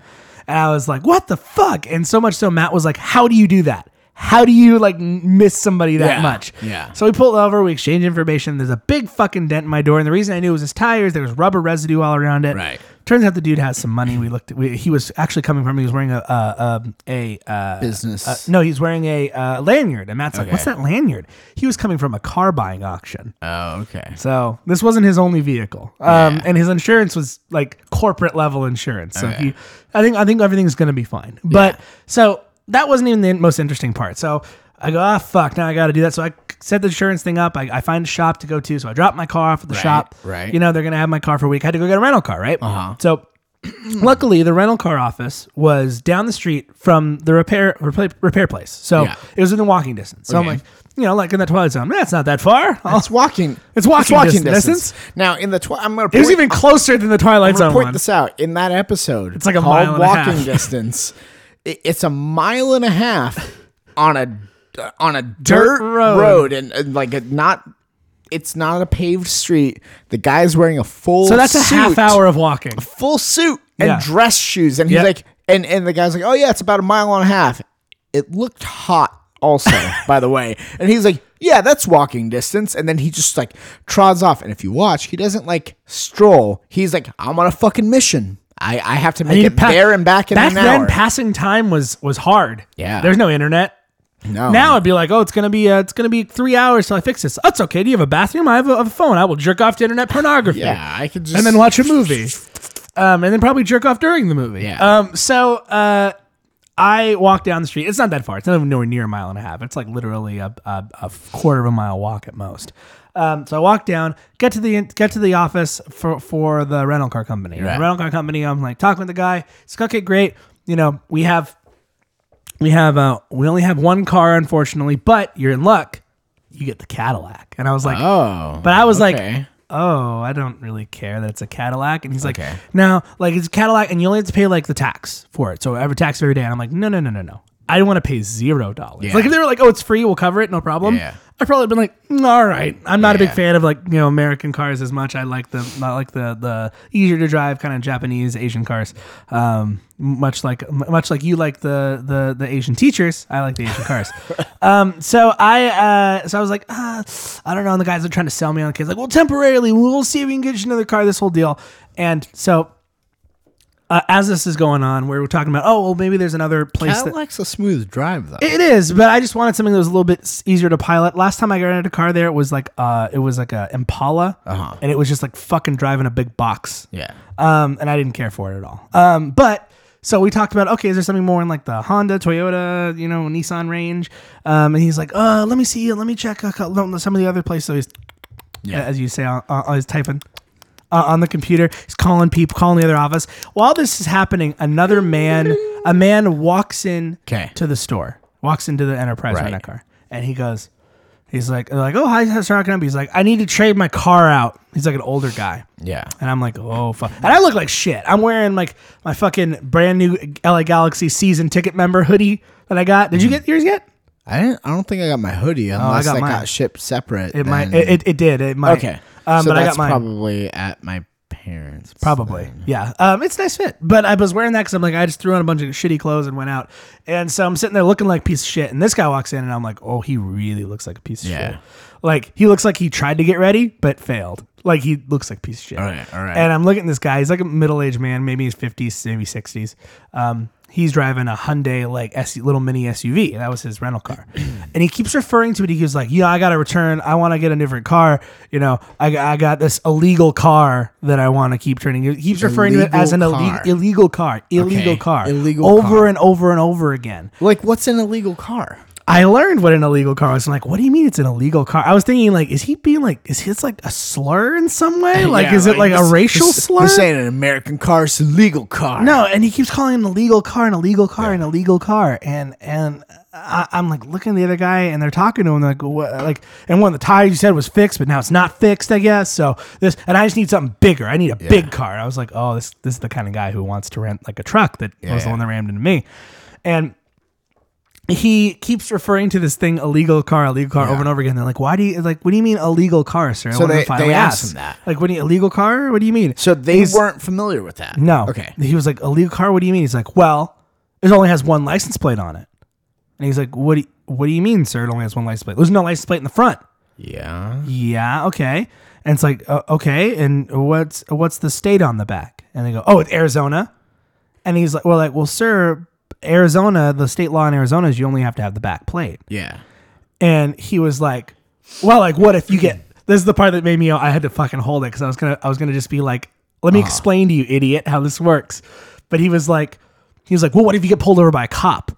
And I was like, what the fuck? And so much so Matt was like, how do you do that? How do you like n- miss somebody that Yeah, much? yeah. So we pulled over, we exchanged information. There's a big fucking dent in my door. And the reason I knew it was his tires, there was rubber residue all around it. Right. Turns out the dude has some money. We looked at, we, he was actually coming from, he was wearing a, uh, um, a, uh, Business. no, he's wearing a uh, lanyard. And Matt's like, what's Okay. that lanyard? He was coming from a car buying auction. oh, okay. So this wasn't his only vehicle. Um, And his insurance was like corporate level insurance. So he, I think, I think everything's going to be fine. But so that wasn't even the most interesting part. So I go, ah, fuck, now I got to do that. So I set the insurance thing up. I, I find a shop to go to. So I drop my car off at the shop. right. You know, they're going to have my car for a week. I had to go get a rental car, right? Uh-huh. So Luckily, the rental car office was down the street from the repair repair, repair place, so Yeah. it was within walking distance. So I'm Okay. like, you know, like in the twilight zone, that's not that far. I'll- It's walking. It's walking distance. Now in the twi- I'm gonna. Point, it was even closer than the twilight I'm gonna zone point one. this out in that episode. It's like a mile and a walking half. distance. i- It's a mile and a half on a on a dirt, road. road, and, and like a not. It's not a paved street. The guy's wearing a full. so that's a half suit. hour of walking. full suit and Yeah. dress shoes, and he's Yeah. like, and and the guy's like, oh yeah, it's about a mile and a half. It looked hot, also, by the way, and he's like, yeah, that's walking distance, and then he just like trods off, and if you watch, he doesn't like stroll. He's like, I'm on a fucking mission. I I have to make You it pa- there and back in back an then, hour. passing time was was hard. Yeah. there's no internet. no, Now I'd be like, oh, it's gonna be uh, it's gonna be three hours till I fix this. That's okay. Do you have a bathroom? I have a, have a phone. I will jerk off to internet pornography. yeah, I could just and then watch a movie. Um, and then probably jerk off during the movie. Yeah. Um, so uh, I walk down the street. It's not that far. It's not even nowhere near a mile and a half. It's like literally a, a, a quarter of a mile walk at most. Um, so I walk down, get to the get to the office for for the rental car company. The rental car company. I'm like talking with the guy. It's okay, great. You know, we have we have uh we only have one car unfortunately, but you're in luck. You get the Cadillac. And I was like, Oh, but I was like, okay. oh, I don't really care that it's a Cadillac. And he's like, Okay. no, like it's a Cadillac and you only have to pay like the tax for it. So every tax every day. And I'm like, no, no, no, no, no. I want to pay zero dollars. Yeah. Like if they were like, oh, it's free, we'll cover it, no problem. Yeah. I'd probably been like, "Mm, all right. I'm not a big Yeah. fan of like you know American cars as much. I like the I like the the easier to drive kind of Japanese Asian cars. Um, much like m- much like you like the the the Asian teachers, I like the Asian cars. um, so I uh, so I was like, ah, I don't know. And the guys are trying to sell me on the kids like, well, temporarily, we'll see if we can get you another car. This whole deal. And so uh, as this is going on, where we're talking about, oh, well, maybe there's another place that Cadillac's a smooth drive though. it is, but I just wanted something that was a little bit s- easier to pilot. Last time I rented a car there, it was like uh, it was like a Impala, Uh-huh. and it was just like fucking driving a big box. yeah. Um, and I didn't care for it at all. Um, but so we talked about okay, is there something more in like the Honda, Toyota, you know, Nissan range? Um, and he's like, uh, let me see, let me check a couple- some of the other places. So he's, Yeah. as you say, on, on, he's typing uh, on the computer. He's calling people, calling the other office. While this is happening, another man, a man walks in 'Kay. to the store, walks into the Enterprise Right. rental car, and he goes. He's like, they're like, oh, hi, sir, how can I help you?" He's like, I need to trade my car out. He's like an older guy. Yeah. And I'm like, oh fuck. And I look like shit. I'm wearing like my fucking brand new LA Galaxy season ticket member hoodie that I got. Did you Mm-hmm. get yours yet? I didn't. I don't think I got my hoodie unless Oh, got that mine. got shipped separate. It might. then- It, it, it did. It might. okay. Um, so but I that's got mine. probably at my parents. Probably. Yeah. Um, it's a nice fit. But I was wearing that because I'm like, I just threw on a bunch of shitty clothes and went out. And so I'm sitting there looking like a piece of shit. And this guy walks in and I'm like, oh, he really looks like a piece of Yeah. shit. Like, he looks like he tried to get ready, but failed. Like, he looks like a piece of shit. All right, all right. And I'm looking at this guy. He's like a middle aged man, maybe he's 50s, maybe 60s. Um, he's driving a Hyundai, like, SU little mini SUV. That was his rental car. and he keeps referring to it. He goes, like, yeah, I got to return. I want to get a different car. You know, I, I got this illegal car that I want to keep turning. He keeps referring to it Illegal as an car. illegal, illegal car. Illegal Okay, car. illegal Over car. and over and over again. Like, what's an illegal car? I learned what an illegal car was. I'm like, what do you mean it's an illegal car? I was thinking, like, is he being like, is his like a slur in some way? Like, Yeah, is it like a this- racial this- slur? This ain't an American car. It's a legal car. No, and he keeps calling him a legal car, an illegal car, an illegal car, and and I, I'm like looking at the other guy, and they're talking to him like what, like, and one of the tires you said was fixed, but now it's not fixed, I guess. So this, and I just need something bigger. I need a big car. I was like, oh, this this is the kind of guy who wants to rent like a truck that was the yeah. one that rammed into me, and he keeps referring to this thing illegal car illegal car over and over again they're like why do you like what do you mean illegal car sir So One of them they- finally they asked asks, him that. like what do you illegal car what do you mean So they He's- weren't familiar with that. no. Okay. He was like, a legal car? What do you mean? He's like, well, it only has one license plate on it. And he's like, what do you, what do you mean, sir? It only has one license plate. There's no license plate in the front. Yeah. Yeah, okay. And it's like, uh, okay, and what's what's the state on the back? And they go, oh, it's Arizona. And he's like, well, like, well, sir, Arizona, the state law in Arizona is you only have to have the back plate Yeah. and he was like, "Well, like, what if you get?" This is the part that made me. I had to fucking hold it because I was gonna. I was gonna just be like, "Let me explain to you, idiot, how this works." But he was like, he was like, "Well, what if you get pulled over by a cop?"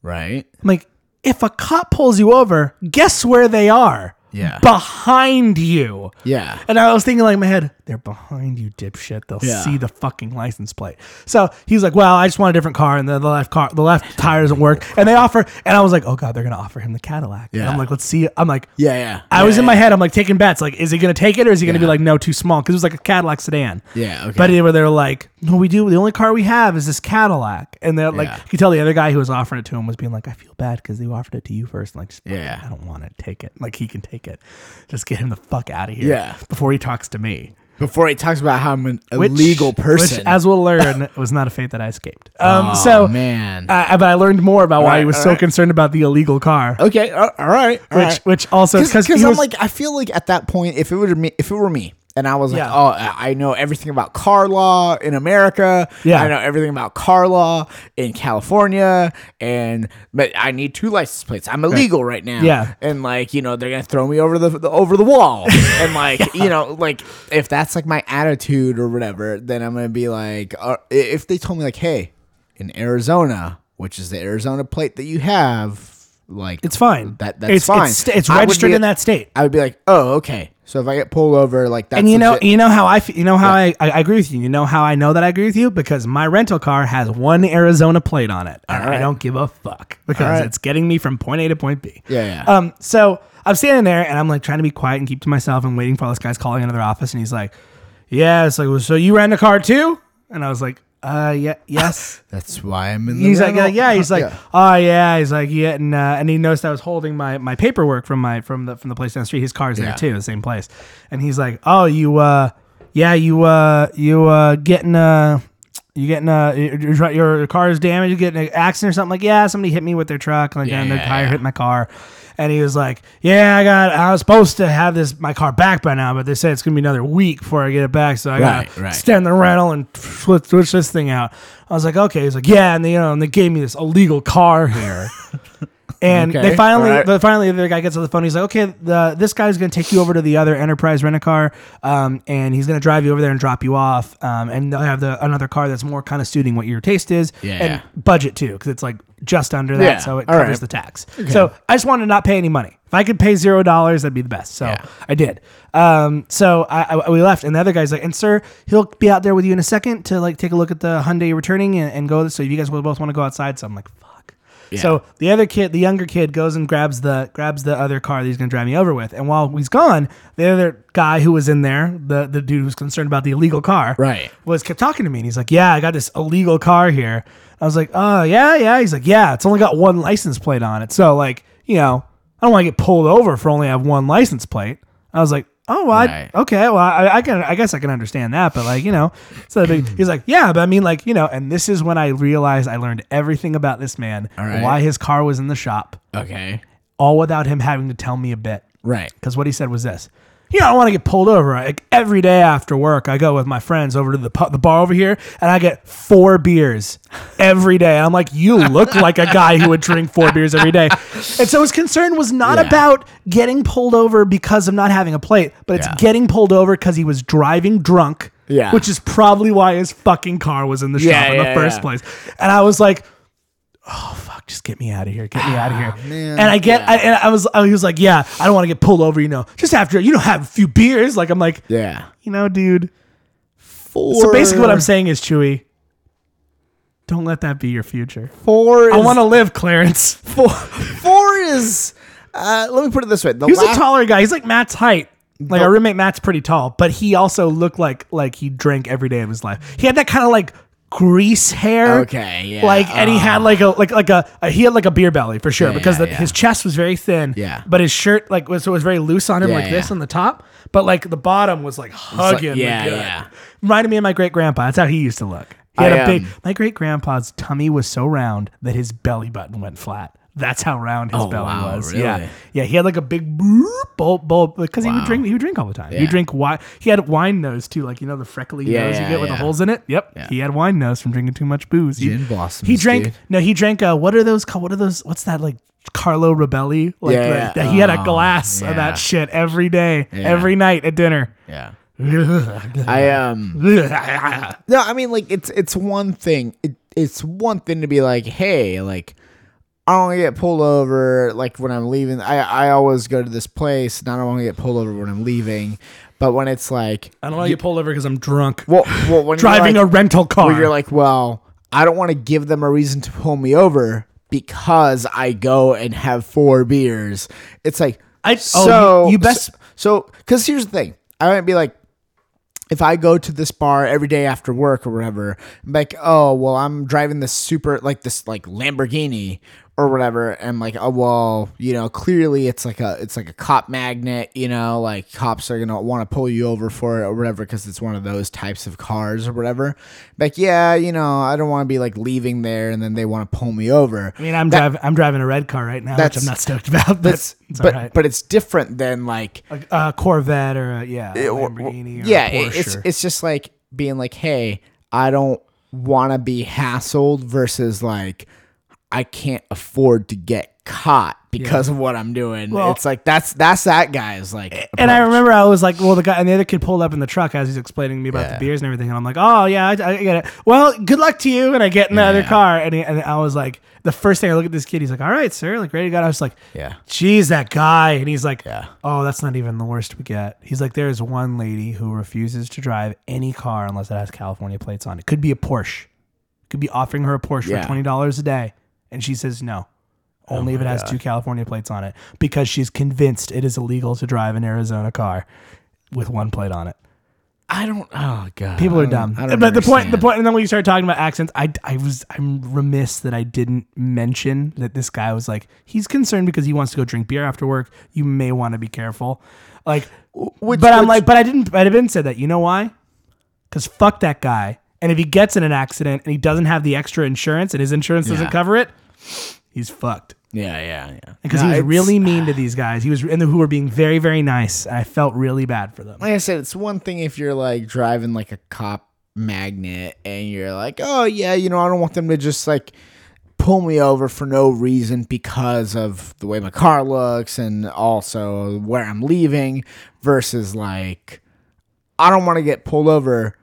Right. I'm like, "If a cop pulls you over, guess where they are? Yeah. behind you." Yeah. And I was thinking like in my head, they're behind you, dipshit. They'll Yeah. see the fucking license plate. So he's like, Well, I just want a different car and the, the left car the left tire doesn't work. And they offer and I was like, Oh god, they're gonna offer him the Cadillac. And Yeah. I'm like, let's see. I'm like Yeah. Yeah. I yeah, was in yeah. my head. I'm like taking bets. Like, is he gonna take it or is he gonna be Yeah. like, no, too small? Because it was like a Cadillac sedan. Yeah, okay. But they were, they were like, no, we do. The only car we have is this Cadillac. And they're like, Yeah. you could tell the other guy who was offering it to him was being like, I feel bad because they offered it to you first. And like, just fucking, Yeah. I don't want to take it. Like he can take it. Just get him the fuck out of here. Yeah. Before he talks to me. Before he talks about how I'm an Which- illegal which, person. as we'll learn, was not a fate that I escaped. Um. Oh, so man. I, but I learned more about why right, he was all so right. Oh. concerned about the illegal car. okay. All all right. all Which, right. which also because because he I'm was- like I feel like at that point if it were me if it were me and I was like Yeah. oh I I know everything about car law in America Yeah. I know everything about car law in California and but I need two license plates I'm illegal right, now Yeah. and like you know they're gonna throw me over the, the over the wall and like you know like if that's like my attitude or whatever then I'm gonna be like uh, i- if they told me like hey in Arizona which is the Arizona plate that you have like It's fine. that that's it's, fine. It's, sta- it's I would registered be- in that state. I would be like, oh, okay. So if I get pulled over, like that's And you know, legit. you know how I, f- you know how I, I, I agree with you. You know how I know that I agree with you because my rental car has one Arizona plate on it, and I right. don't give a fuck because right. it's getting me from point A to point B. Yeah, yeah. Um. So I'm standing there and I'm like trying to be quiet and keep to myself and waiting for all this guy's calling another office and he's like, "Yeah, it's like well, so you ran a car too?" And I was like, "Uh, yeah, yes." that's why I'm in. The He's like, rental. uh, yeah. He's like, oh yeah. He's like, yeah, and uh, and he noticed I was holding my my paperwork from my from the from the place down the street. His car's there Yeah. too, the same place. And he's like, oh, you, uh, yeah, you, uh, you, uh, getting uh, You getting uh your, your- your car is damaged. You get in an accident or something like yeah. Somebody hit me with their truck and like and their Yeah. tire hit my car. And he was like, yeah, I got. I was supposed to have this my car back by now, but they said it's gonna be another week before I get it back. So I Right, gotta right. extend the rental and switch, switch this thing out. I was like, okay. He's like, yeah, and they, you know, and they gave me this illegal car here. And Okay. they finally, Alright. the, finally, the other guy gets on the phone. He's like, "Okay, the, this guy's going to take you over to the other Enterprise rent a car, um, and he's going to drive you over there and drop you off, um, and they'll have the another car that's more kind of suiting what your taste is, Yeah. and budget too, because it's like just under that, Yeah, so it alright. covers the tax. So I just wanted to not pay any money. If I could pay zero dollars, that'd be the best. So Yeah. I did. Um, so I, I we left, and the other guy's like, "And sir, he'll be out there with you in a second to like take a look at the Hyundai returning and, and go. So if you guys will both want to go outside, so I'm like, fuck." So the other kid, the younger kid, goes and grabs the grabs the other car that he's gonna drive me over with. And while he's gone, the other guy who was in there, the the dude who's concerned about the illegal car, Right. was kept talking to me, and he's like, "Yeah, I got this illegal car here." I was like, "Oh yeah, yeah." He's like, "Yeah, it's only got one license plate on it, so like, you know, I don't want to get pulled over for only have one license plate." I was like. Oh, well, Right. I, okay. Well, I, I can. I guess I can understand that, but like you know, it's not a big. He's like, yeah, but I mean, like you know, and this is when I realized I learned everything about this man, right. why his car was in the shop, Okay. all without him having to tell me a bit. Right. Because what he said was this. You know, I want to get pulled over. Like every day after work, I go with my friends over to the pu- the bar over here, and I get four beers every day. I'm like, you look like a guy who would drink four beers every day. And so his concern was not Yeah. about getting pulled over because of not having a plate, but it's Yeah. getting pulled over because he was driving drunk. Yeah. which is probably why his fucking car was in the shop Yeah, in the yeah, first yeah. place. And I was like, fuck, just get me out of here. Get me out of here. Ah, man. And I get, I, and I was, I, he was like, yeah, I don't want to get pulled over, you know, just after, you know, have a few beers. Like, I'm like, Yeah. you know, dude. Four. So basically what I'm saying is, Chewy, don't let that be your future. Four. Is, I want to live, Clarence. four. Four is. Uh, let me put it this way. The He was a last, taller guy. He's like Matt's height. Like The- our roommate Matt's pretty tall, but he also looked like like he drank every day of his life. He had that kind of like grease hair. Okay, yeah, Oh, Like and he had like a like like a, a- he had like a beer belly for sure Yeah, because the, yeah. his chest was very thin. Yeah. But his shirt like was so it was very loose on him Yeah, like this yeah. on the top, but like the bottom was like hugging. the yeah, gut. yeah. Reminded me of my great grandpa. That's how he used to look. He had I, a big. um, my great grandpa's tummy was so round that his belly button went flat. That's how round his Oh, belly wow, was. really? Yeah. Yeah, he had like a big boop, bulb bulb because he would drink. He would drink all the time. He Yeah. drink wine. He had wine nose too, like you know the freckly Yeah, nose you yeah, get with the yeah. holes in it. Yep, Yeah. he had wine nose from drinking too much booze. He- Gin blossoms, He drank. dude. No, he drank. Uh, what are those? called? What are those? What's that like? Carlo Rebelli. Like Yeah, the- yeah. that he had a Oh, glass of yeah. that shit every day, Yeah. every night at dinner. Yeah. I um. yeah, No, I mean like it's it's one thing. It, it's one thing to be like, hey, like I don't want to get pulled over. Like when I'm leaving, I I always go to this place, and I don't want to get pulled over when I'm leaving. But when it's like, I don't want to get pulled over because I'm drunk. well, well when driving you're a like, rental car. where you're like, well, I don't want to give them a reason to pull me over because I go and have four beers. It's like I- oh, so you- you best- so because here's the thing, I might be like. If I go to this bar every day after work or whatever, I'm like, oh well, I'm driving this super like this like Lamborghini or whatever, and like, oh well, you know, clearly it's like a it's like a cop magnet, you know, like cops are gonna want to pull you over for it or whatever because it's one of those types of cars or whatever. Like, yeah, you know, I don't want to be like leaving there and then they want to pull me over. I mean, I'm driving. I'm driving a red car right now, which That's- I'm not stoked about. But That's it's all but right. but it's different than like a, a Corvette or a, yeah, a or- Lamborghini. Or yeah a it- Porsche it's or- it's just like being like hey i don't want to be hassled versus like i can't afford to get caught because of what i'm doing Well- it's like that's that's that guy's like and I approach. remember I was like, well, the guy and the other kid pulled up in the truck as he's explaining to me about the Yeah. beers and everything, and I'm like, oh yeah, I, I get it. Well, good luck to you. And I get in the other Yeah. car, and, he, and I was like, the first thing I look at this kid, he's like, all right, sir, like ready to go. And I was like, Yeah. geez, that guy. And he's like, Yeah. oh, that's not even the worst we get. He's like, there is one lady who refuses to drive any car unless it has California plates on. It could be a Porsche. Could be offering her a Porsche Yeah. Oh for twenty dollars a day, and she says no. Only if it has two California plates on it because she's convinced it is illegal to drive an Arizona car with one plate on it. i don't oh god People I are dumb. don't- I don't But the point, the understand. point, and then when you start talking about accents, I, I was, I'm remiss that I didn't mention that this guy was like, he's concerned because he wants to go drink beer after work. You may want to be careful. Like, but I'm which- like, but I didn't, I didn't say that. You know why? Because fuck that guy. And if he gets in an accident and he doesn't have the extra insurance and his insurance doesn't Yeah. cover it, he's fucked. Yeah, yeah, yeah. Because No, he was it's- really mean to these guys. He was and who were being very very nice. I felt really bad for them. like I said, it's one thing if you're like driving like a cop magnet and you're like, oh yeah, you know, I don't want them to just like pull me over for no reason because of the way my car looks and also where I'm leaving versus like I don't want to get pulled over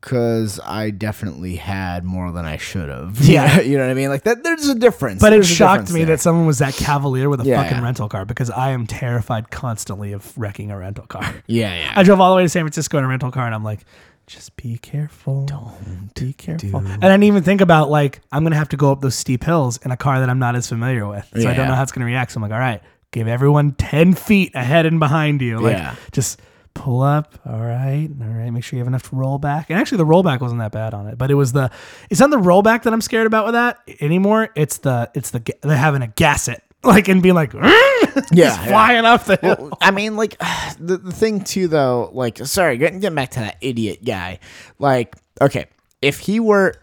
because I definitely had more than I should have. Yeah. you know what I mean? Like that there's a difference. But it There's a shocked difference me there. that someone was that cavalier with a Yeah, fucking yeah. rental car because I am terrified constantly of wrecking a rental car. Yeah, yeah. I drove all the way to San Francisco in a rental car, and I'm like, just be careful. Don't be careful. Oh, And I didn't even think about like I'm gonna have to go up those steep hills in a car that I'm not as familiar with, so I don't Yeah. know how it's gonna react. So I'm like, all right, give everyone ten feet ahead and behind you. Like, Yeah. just pull up. All right, all right. Make sure you have enough to roll back. And actually, the rollback wasn't that bad on it, but it was the it's not the rollback that I'm scared about with that anymore. It's the it's the ga- having a gasset like and being like, Yeah, just yeah. flying off the hill. Well, I mean, like the, the thing too, though. Like, sorry, getting getting back to that idiot guy. Like, okay, if he were,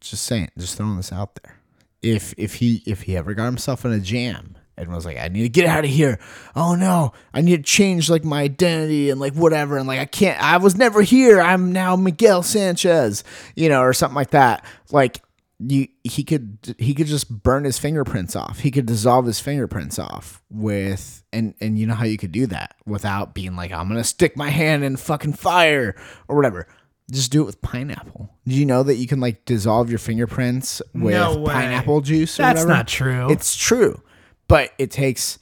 just saying, just throwing this out there. If if he if he ever got himself in a jam and was like, I need to get out of here. Oh no, I need to change like my identity and like whatever and like I can't. I was never here. I'm now Miguel Sanchez, you know, or something like that. Like. You, he could he could just burn his fingerprints off. He could dissolve his fingerprints off with and and you know how you could do that without being like I'm gonna stick my hand in fucking fire or whatever. Just do it with pineapple. Did you know that you can like dissolve your fingerprints with No way. pineapple juice? Or That's whatever? not true. It's true, but it takes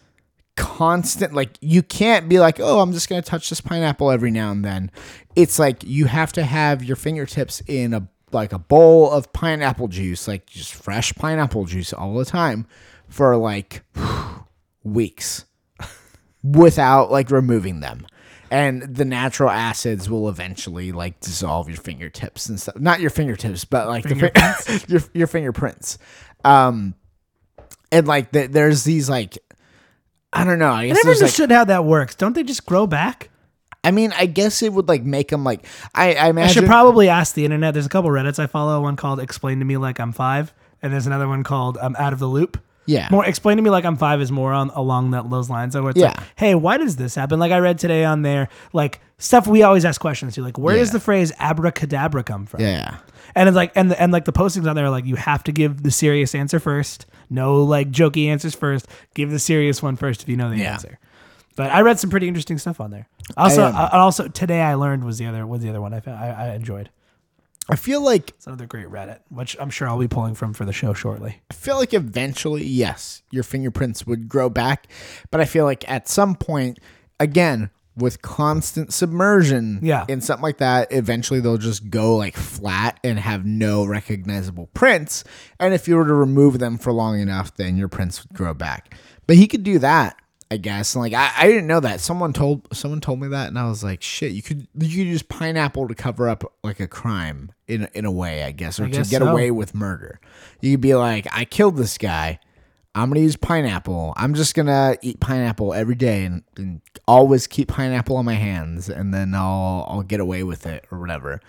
constant. Like you can't be like, oh, I'm just gonna touch this pineapple every now and then. It's like you have to have your fingertips in a like a bowl of pineapple juice, like just fresh pineapple juice all the time, for like weeks without like removing them. And the natural acids will eventually like dissolve your fingertips and stuff. Not your fingertips, but like the fin- your your fingerprints. Um, and like th- there's these like I don't know. I I guess never there's like understood how that works. Don't they just grow back? I mean I guess it would like make them like I I I imagine should probably ask the internet. There's a couple Reddits I follow. One called "Explain to Me Like I'm Five, and there's another one called "I'm Out of the Loop." Yeah. More "Explain to Me Like I'm Five is more on along that those lines. Where it's like, Yeah. hey, why does this happen? Like I read today on there, like stuff we always ask questions to, like where does Yeah. the phrase "abracadabra" come from? yeah And it's like, and the, and like the postings on there are like, you have to give the serious answer first. No like jokey answers first. Give the serious one first if you know the Yeah. answer. But I read some pretty interesting stuff on there. Also, I, um, uh, also today I learned was the other was the other one I found, I, I enjoyed. I feel like It's another great Reddit, which I'm sure I'll be pulling from for the show shortly. I feel like eventually, yes, your fingerprints would grow back, but I feel like at some point, again, with constant submersion Yeah. in something like that, eventually they'll just go like flat and have no recognizable prints. And if you were to remove them for long enough, then your prints would grow back. But he could do that, I guess. And like I, I didn't know that. Someone told someone told me that and I was like, shit, you could you could use pineapple to cover up like a crime in in a way, I guess, or to guess get so. away with murder. You could be like, I killed this guy. I'm gonna use pineapple. I'm just gonna eat pineapple every day and, and always keep pineapple on my hands, and then I'll I'll get away with it or whatever.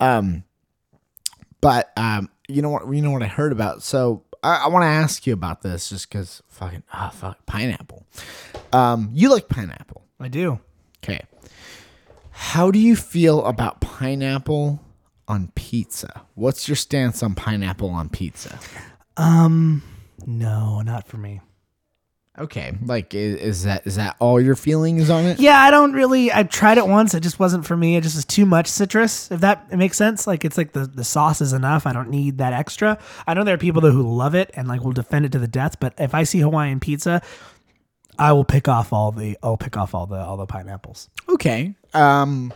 Um, but um, you know what you know what I heard about. So I, I want to ask you about this just because fucking ah fuck pineapple. Um, you like pineapple, I do. okay? How do you feel about pineapple on pizza? What's your stance on pineapple on pizza? Um, no, not for me. Okay, like i- is that is that all your feelings on it? Yeah, I don't really. I tried it once. It just wasn't for me. It just was too much citrus. If that makes sense, like it's like the the sauce is enough. I don't need that extra. I know there are people though who love it and like will defend it to the death. But if I see Hawaiian pizza, I will pick off all the. I'll pick off all the all the pineapples. Okay. Um,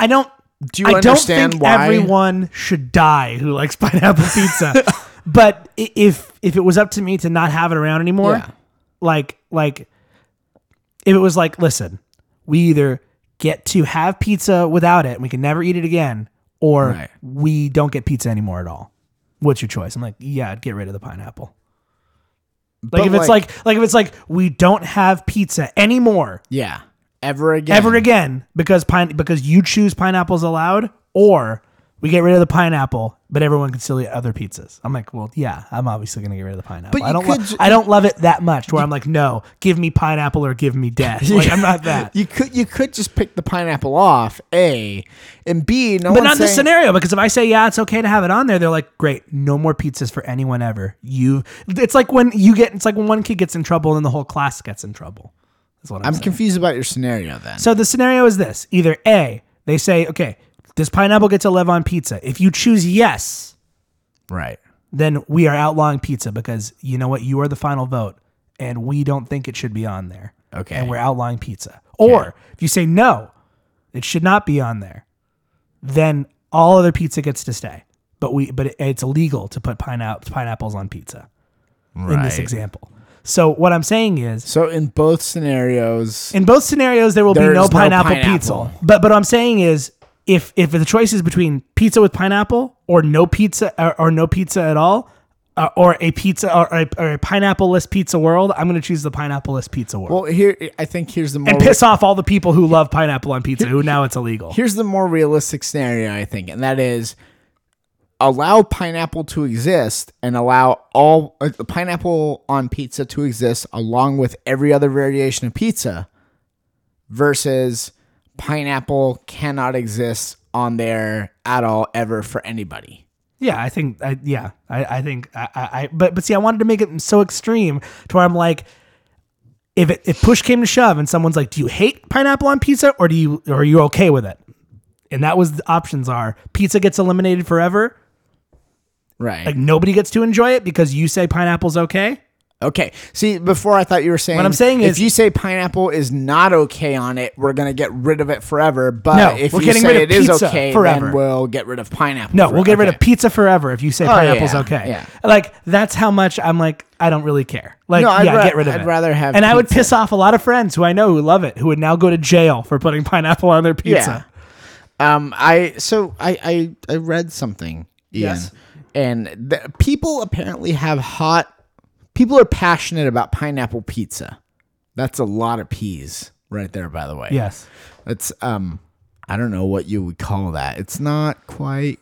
I don't. do you I don't understand think why? everyone should die who likes pineapple pizza. but i- if if it was up to me to not have it around anymore, Yeah. like like if it was like, listen, we either get to have pizza without it and we can never eat it again, or Right. we don't get pizza anymore at all. What's your choice? I'm like, yeah, I'd get rid of the pineapple. Like But, if it's like- like like if it's like we don't have pizza anymore yeah, ever again, ever again because pine because you choose pineapples allowed or we get rid of the pineapple, but everyone can still eat other pizzas. I'm like, well, yeah, I'm obviously gonna get rid of the pineapple. But I you don't, could lo- ju- I don't love it that much. Where I'm like, no, give me pineapple or give me death. Like, I'm not that. You could you could just pick the pineapple off, A, and B. No But one's not this saying- scenario because if I say yeah, it's okay to have it on there, they're like, great, no more pizzas for anyone ever. You, it's like when you get, it's like when one kid gets in trouble and then the whole class gets in trouble. That's what I'm, I'm saying. confused about your scenario then. So the scenario is this: either A, they say, okay, does pineapple get to live on pizza? If you choose yes, Right. then we are outlawing pizza because you know what? You are the final vote, and we don't think it should be on there. Okay. And we're outlawing pizza. Or if you say no, it should not be on there, then all other pizza gets to stay. But we, but it, it's illegal to put pineapple pineapples on pizza Right. in this example. So what I'm saying is, So in both scenarios, in both scenarios, there will There's be no no pineapple, pineapple. pizza. But but what I'm saying is, if if the choice is between pizza with pineapple or no pizza or, or no pizza at all, uh, or a pizza or a, or a pineapple-less pizza world, I'm going to choose the pineapple-less pizza world well, here I think here's the more and piss off all the people who love pineapple on pizza who now it's illegal. here's the more realistic scenario I think, and that is allow pineapple to exist and allow all uh, the pineapple on pizza to exist along with every other variation of pizza versus pineapple cannot exist on there at all ever for anybody. Yeah, I think. I, yeah, I, I think. I, I, I. But but see, I wanted to make it so extreme to where I'm like, if it, if push came to shove, and someone's like, "Do you hate pineapple on pizza, or do you or are you okay with it?" And that was the options are pizza gets eliminated forever, Right. like nobody gets to enjoy it because you say pineapple's okay. Okay. See, before I thought you were saying What I'm saying if is- you say pineapple is not okay on it, we're gonna get rid of it forever. But No, if we're you getting say rid of it is pizza okay, forever. then we'll get rid of pineapple. No, for- we'll get rid okay. Oh, of pizza forever if you say pineapple's yeah, okay. yeah. Like that's how much I'm like I don't really care. Like No, I'd yeah, ra- get rid of I'd it. rather have And I would pizza. piss off a lot of friends who I know who love it who would now go to jail for putting pineapple on their pizza. Yeah. Um, I so I I, I read something. Ian, Yes. And the, people apparently have hot. People are passionate about pineapple pizza. That's a lot of peas right there. By the way. Yes. It's um I don't know what you would call that. It's not quite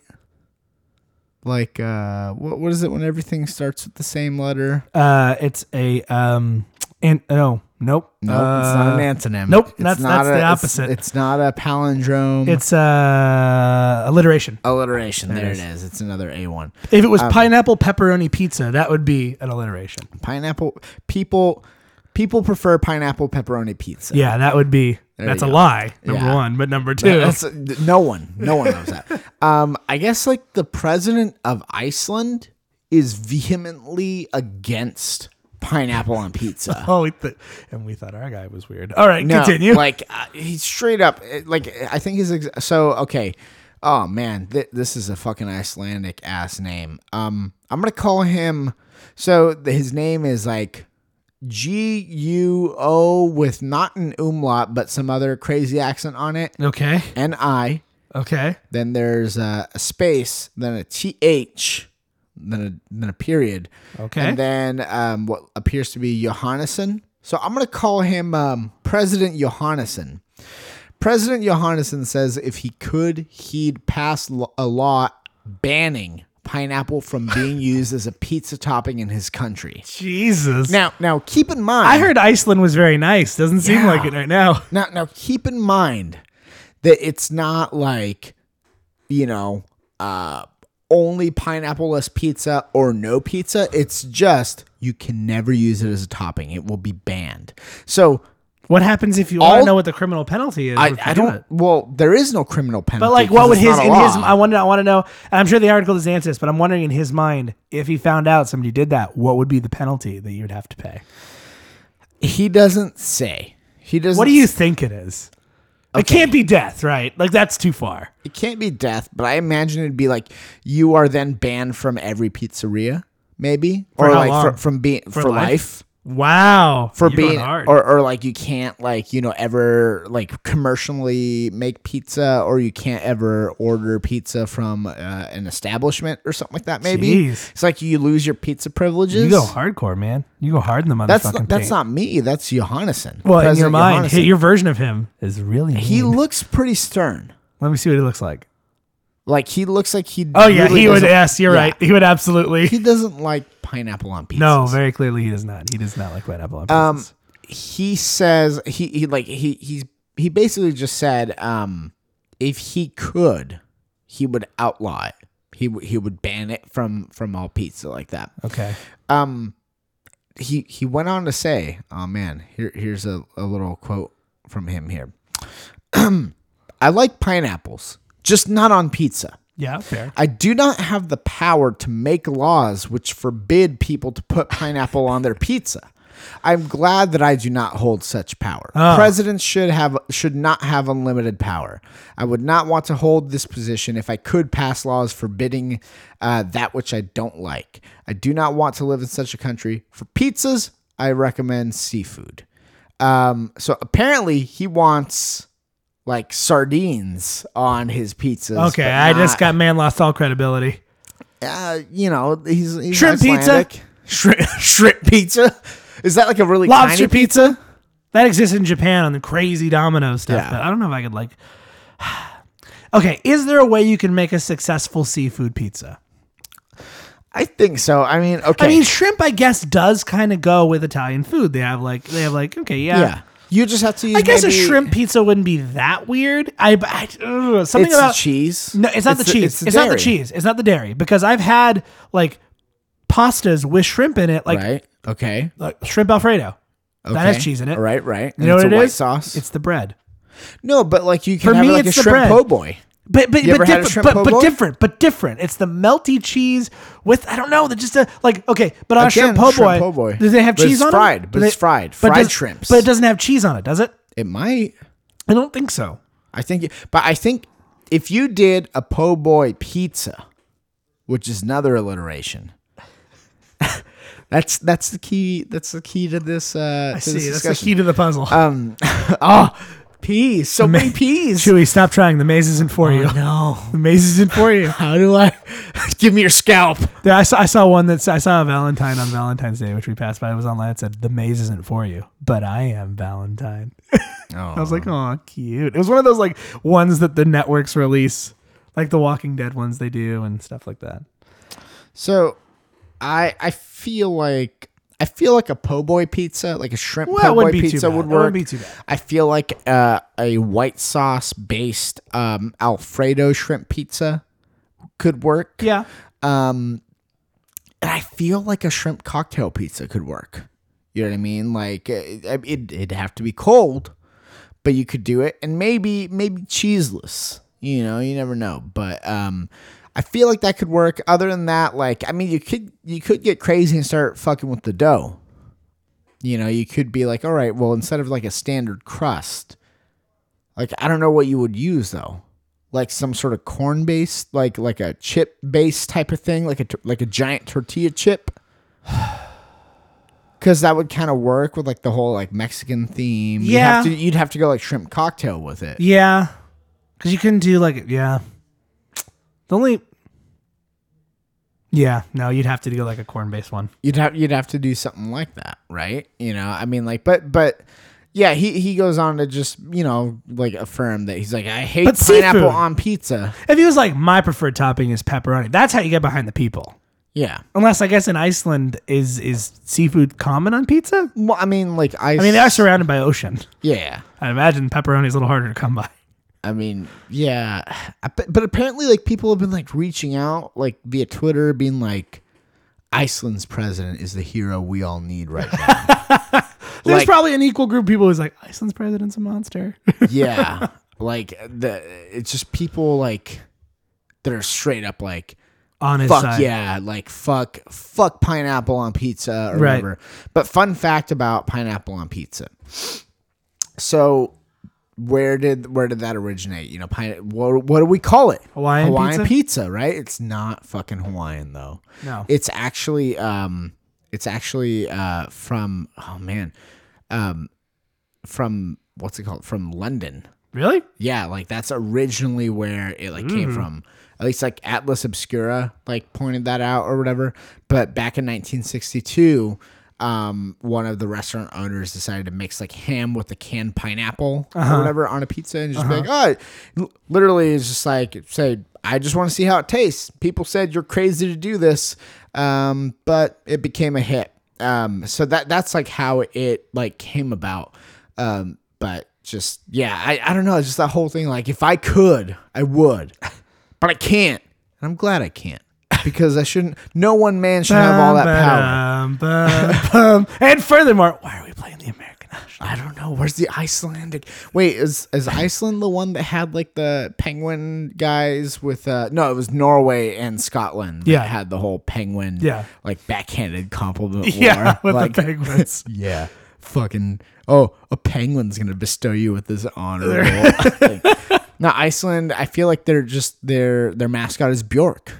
like uh what what is it when everything starts with the same letter? Uh, it's a um, and no, nope, No, uh, it's not an antonym. nope, It's that's- not that's the it's- opposite. It's, not a palindrome. It's uh, alliteration. alliteration. There, it it is. It's another A one. If it was Um, pineapple pepperoni pizza, that would be an alliteration. Pineapple people people prefer pineapple pepperoni pizza. Yeah, that would be. There That's a you go. lie. Number Yeah. one, but number two, That's, no one, no one knows that. Um, I guess like the president of Iceland is vehemently against pineapple on pizza. oh, we th- and we thought our guy was weird. All right, No, continue. Like uh, he's straight up. uh, Like I think his ex- so okay. Oh man, th- this is a fucking Icelandic ass name. Um, I'm gonna call him. So th- his name is like G U O with not an umlaut but some other crazy accent on it. okay, N I. okay, Then there's a, a space, then a th, then a then a period. okay. And then um, what appears to be Johannesson. So I'm going to call him um, President Johannesson. President Johannesson says if he could, he'd pass lo- a law banning pineapple from being used as a pizza topping in his country. Jesus. Now, now keep in mind. I heard Iceland was very nice. Doesn't seem Yeah. like it right now. Now, now keep in mind that it's not like, you know, uh, only pineappleless pizza or no pizza. It's just you can never use it as a topping. It will be banned. So What happens if you? I All- don't know what the criminal penalty is. I, if you I do don't. it? Well, there is no criminal penalty. But like, 'cause what would it's his not a in his? law. I want to. I want to know. And I'm sure the article doesn't answer this, but I'm wondering in his mind if he found out somebody did that, what would be the penalty that you'd have to pay? he doesn't say. He doesn't. What do you think it is? It Okay. can't be death, right? Like that's too far. It can't be death, but I imagine it'd be like you are then banned from every pizzeria, maybe, or how like long? From, from being for, life? life. Wow, for You're going being hard. or or like you can't like you know ever like commercially make pizza or you can't ever order pizza from uh, an establishment or something like that maybe Jeez. it's like you lose your pizza privileges you go hardcore, man. You go hard in the motherfucking. that's not, that's paint. not me that's Johannesson Well, in your President mind, Johannesson. hey, your version of him is really. he mean. looks pretty stern Let me see what he looks like. Like he looks like he. Oh yeah, really he would. doesn't- Yes, you're yeah. right. He would absolutely. He doesn't like pineapple on pizza. No, very clearly he does not. He does not like pineapple on Um, pizzas. he says he, he like he he's he basically just said um if he could he would outlaw it. He would he would ban it from from all pizza like that. okay. Um, he he went on to say, "Oh man, here here's a, a little quote from him here. I like pineapples, just not on pizza. Yeah, fair. I do not have the power to make laws which forbid people to put pineapple on their pizza. I'm glad that I do not hold such power. Ah. Presidents should have should not have unlimited power. I would not want to hold this position if I could pass laws forbidding uh, that which I don't like. I do not want to live in such a country. For pizzas, I recommend seafood. Um, so apparently, he wants like sardines on his pizzas. Okay, but I just not- got man lost all credibility. uh, you know, he's, he's Shrimp pizza? Icelandic. Shrimp, shrimp pizza. Is that like a really Lobster tiny pizza? That exists in Japan on the crazy domino stuff. Yeah. But I don't know if I could like. okay, is there a way you can make a successful seafood pizza? I think so. I mean, okay, I mean, shrimp, I guess, does kind of go with Italian food. They have like they have like okay, yeah. yeah. You just have to. Use I guess maybe- a shrimp pizza wouldn't be that weird. I, I ugh, something It's about the cheese. No, it's not the, cheese. It's, not the dairy, cheese. It's not the dairy because I've had like pastas with shrimp in it, like, Right. Okay. like shrimp Alfredo. okay. That has cheese in it. Right. Right. You know it's what a it white is? Sauce. It's the bread. no, but like you can For have me, like it's a the shrimp bread. po' boy. But but You but, ever had a different, shrimp but, but po' boy? different. But different. It's the melty cheese with I don't know. They're just a like okay. But on a Again, shrimp po' shrimp boy, po' boy. do they have But it's cheese on fried, it? but Do it's they- fried. but Fried does- shrimps. But it doesn't have cheese on it, does it? It might. I don't think so. I think. But I think if you did a po' boy pizza, which is another alliteration. That's that's the key. That's the key to this. Uh, I see. That's the key to the puzzle. Um, oh, peas. So many peas. Chewy, stop trying. The maze isn't for you. Oh, No. The maze isn't for you. How do I? Give me your scalp. Dude, I saw, I saw one that's I saw a Valentine on Valentine's Day, which we passed by. It was online. It said, "The maze isn't for you, but I am Valentine." Oh. I was like, "Oh, cute." It was one of those like ones that the networks release, like the Walking Dead ones they do and stuff like that. So, I I feel like I feel like a po' boy pizza, like a shrimp Well, it po' boy wouldn't be too pizza bad. would It wouldn't work. be too bad. I feel like uh, a white sauce based um, Alfredo shrimp pizza could work. Yeah, Um, and I feel like a shrimp cocktail pizza could work. You know what I mean? Like it, it, it'd have to be cold, but you could do it, and maybe maybe cheeseless. You know, you never know. But um, I feel like that could work. Other than that, like I mean, you could you could get crazy and start fucking with the dough. You know, you could be like, all right, well, instead of like a standard crust, like I don't know what you would use though, like some sort of corn based, like like a chip based type of thing, like a t- like a giant tortilla chip. Because that would kind of work with like the whole like Mexican theme. You'd Yeah. have to, you'd have to go like shrimp cocktail with it. yeah, because you couldn't do like yeah. The only yeah, no, you'd have to do like a corn based one. You'd have you'd have to do something like that, right? You know, I mean, like, but but yeah, he he goes on to just you know like affirm that he's like I hate But pineapple seafood. on pizza. If he was like, my preferred topping is pepperoni. That's how you get behind the people. Yeah. Unless I guess in Iceland is is seafood common on pizza? Well, I mean, like I. I mean, they are surrounded by ocean. Yeah. I imagine pepperoni is a little harder to come by. I mean, yeah, I- but, but apparently, like people have been like reaching out, like via Twitter, being like, "Iceland's president is the hero we all need right now." There's Like- probably an equal group of people who's like, Iceland's president's a monster. yeah, like the it's just people like that are straight up like, On his "Fuck side. yeah," like "fuck fuck pineapple on pizza" or Right. whatever. But fun fact about pineapple on pizza. So, where did where did that originate? You know, pine. What, what do we call it? Hawaiian pizza? right? It's not fucking Hawaiian though. No. It's actually um it's actually uh from oh man. Um from what's it called? From London. really? Yeah, like that's originally where it like came from. At least like Atlas Obscura like pointed that out or whatever. But back in 1962, um, one of the restaurant owners decided to mix like ham with a canned pineapple or whatever on a pizza and just be like, oh, l- literally, it's just like, say, I just want to see how it tastes. People said you're crazy to do this, um, but it became a hit. Um, so that that's like how it like came about. Um, but just yeah, I, I don't know. It's just that whole thing. Like if I could, I would, but I can't, and I'm glad I can't because I shouldn't. No one man should have all that power. power. and furthermore, why are we playing the American national? I don't know. Where's the Icelandic? Wait, is is Iceland the one that had like the penguin guys with? uh No, it was Norway and Scotland. that Yeah. had the whole penguin. Yeah. like backhanded compliment Yeah, war. with like, the penguins. yeah, fucking. Oh, a penguin's gonna bestow you with this honor. Like, now Iceland, I feel like they're just their their mascot is Bjork.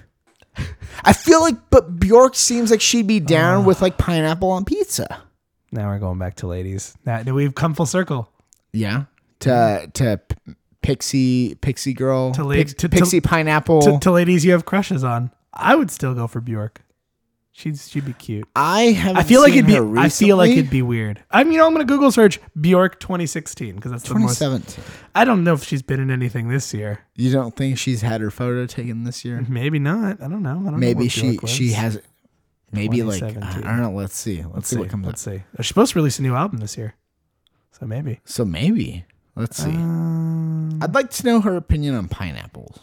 I feel like, but Bjork seems like she'd be down with like pineapple on pizza. now we're going back to ladies. Now we've come full circle. Yeah. To to p- pixie pixie girl To lead- pix- to- to- pixie pineapple. To, to ladies you have crushes on, I would still go for Bjork. She'd she'd be cute. I have. I feel like it'd be. I feel like it'd be weird. I mean, you know, I'm gonna Google search Bjork 2016 because that's the most. 2017. I don't know if she's been in anything this year. You don't think she's had her photo taken this year? Maybe not. I don't know. I don't know Maybe what she Bjork was. she has. Maybe like I 2017. don't know. Let's see. Let's, see, what comes up. Let's see. They're supposed to release a new album this year, so maybe. So maybe let's see. Um, I'd like to know her opinion on pineapples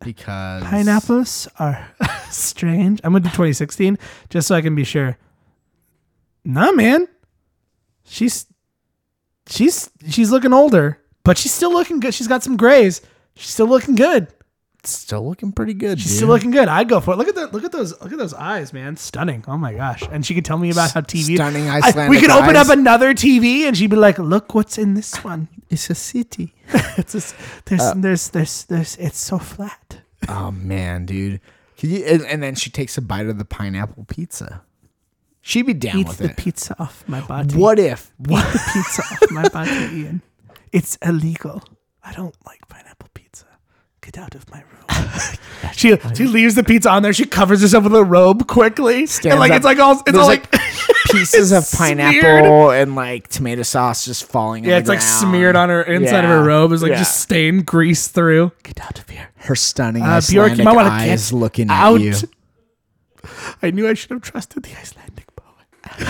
because pineapples are strange. I'm gonna do 2016 just so I can be sure. Nah, man. She's she's she's looking older, but she's still looking good. She's got some grays. She's still looking good. still looking pretty good. She's dude. still looking good. I'd go for it. Look at that. Look at those. Look at those eyes, man. Stunning. Oh my gosh. And she could tell me about how TV. Stunning I- we Icelandic could open eyes. up another TV, and she'd be like, "Look what's in this one. It's a city. Uh, It's just, there's, there's, there's, there's. It's so flat. Oh man, dude. Can you, and, and then she takes a bite of the pineapple pizza. She'd be down Eat with the it. pizza off my body. What if? Eat the pizza off my body, Ian. It's illegal. I don't like pineapple pizza. Get out of my room. she she leaves the pizza on there. She covers herself with a robe quickly, and Stands like up. it's like all it's There's, all like, like, Pieces of Smeared. pineapple and like tomato sauce just falling. yeah, it's like smeared on her inside of Yeah. her robe. It's like Yeah. just stained grease through. Get out of here. Her stunning Uh, Bjork, Icelandic you might want to eyes get looking out. at you. I knew I should have trusted the Icelandic poet.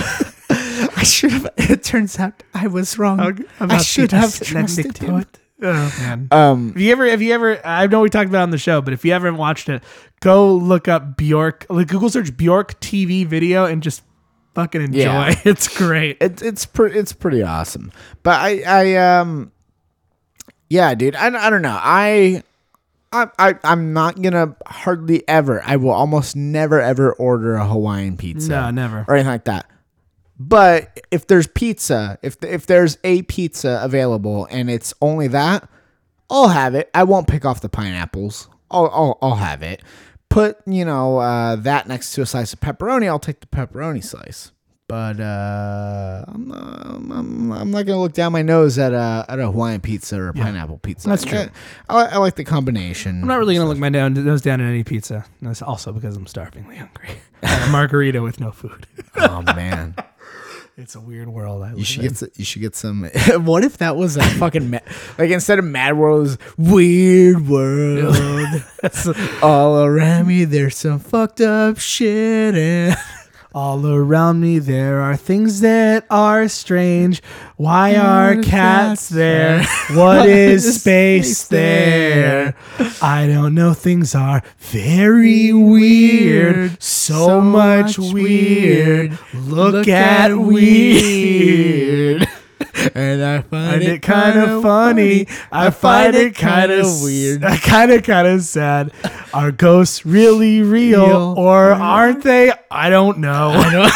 I should have. It turns out I was wrong. about the Icelandic poet. Oh man. Um, Have you ever? Have you ever? I know we talked about it on the show, but if you haven't watched it, go look up Bjork. Like Google search Bjork TV video and just fucking enjoy. Yeah. It's great. it, it's pretty. It's pretty awesome. But I, I, um, yeah, dude. I, I don't know. I, I, I, I'm not gonna hardly ever. I will almost never ever order a Hawaiian pizza. no, never. or anything like that. But if there's pizza, if if there's a pizza available and it's only that, I'll have it. I won't pick off the pineapples. I'll I'll, I'll have it. Put you know uh, that next to a slice of pepperoni. I'll take the pepperoni slice. But uh, I'm, not- I'm, I'm I'm not gonna look down my nose at a at a Hawaiian pizza or a pineapple pizza. That's true. I, I, I like the combination. I'm not really gonna look my down, nose down at any pizza. And That's also because I'm starvingly hungry. And a margarita with no food. oh man. It's a weird world. I You should get some, you should get some. what if that was a fucking ma- like instead of Mad World, it was Weird World. All around me, there's some fucked up shit. And All around me there are things that are strange. Why are is cats cats there? What is space space there? I don't know. Things are very weird. Weird. So, much weird. Look, at weird. weird. and I Find find it kind of funny. I find it kind of weird. Kind of kind of sad. Are ghosts really real, Real. or aren't they? I don't know.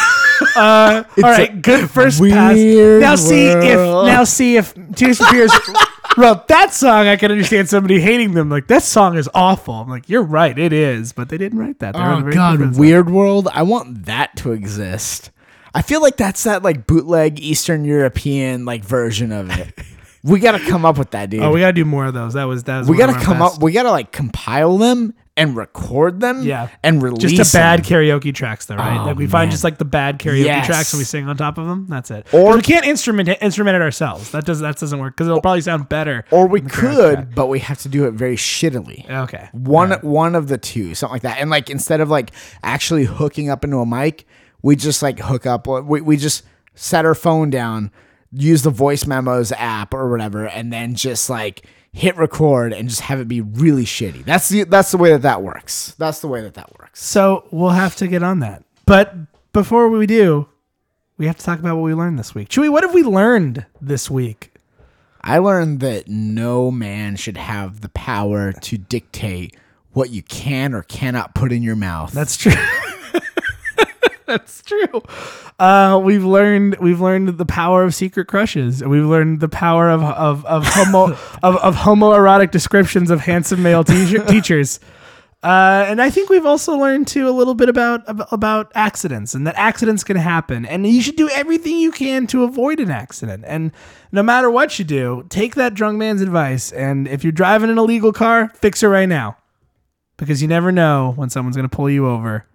Uh, all right, good first pass. weird Now see if world. now see if Tears for Fears wrote that song. I can understand somebody hating them. Like that song is awful. I'm like, you're right, it is, but they didn't write that. They wrote a Oh very god, different song. Weird World. I want that to exist. I feel like that's that like bootleg Eastern European like version of it. we got to come up with that, dude. Oh, we gotta do more of those. That was that was. we one gotta of our come best. up we gotta like compile them and record them Yeah. and release Just a bad them. karaoke tracks, though, right? like we find just like the bad karaoke Oh, Yes. tracks and we sing on top of them. That's it. Or- Or we can't instrument it, instrument it ourselves. That does that doesn't work because it'll probably sound better. Or we on the karaoke could, but we have to do it very shittily. track. Okay. One one of the two, something like that. And like instead of like actually hooking up into a mic, we just like hook up. We we just set our phone down, use the voice memos app or whatever, and then just like hit record and just have it be really shitty. That's the that's the way that that works. That's the way that that works. So we'll have to get on that. But before we do, we have to talk about what we learned this week. Chewy, what have we learned this week? I learned that no man should have the power to dictate what you can or cannot put in your mouth. That's true. That's true. Uh, we've learned we've learned the power of secret crushes, and we've learned the power of of of homo of, of homoerotic descriptions of handsome male teacher, teachers. Uh, and I think we've also learned too a little bit about ab- about accidents and that accidents can happen, and you should do everything you can to avoid an accident. And no matter what you do, take that drunk man's advice. And if you're driving an illegal car, fix it right now because you never know when someone's going to pull you over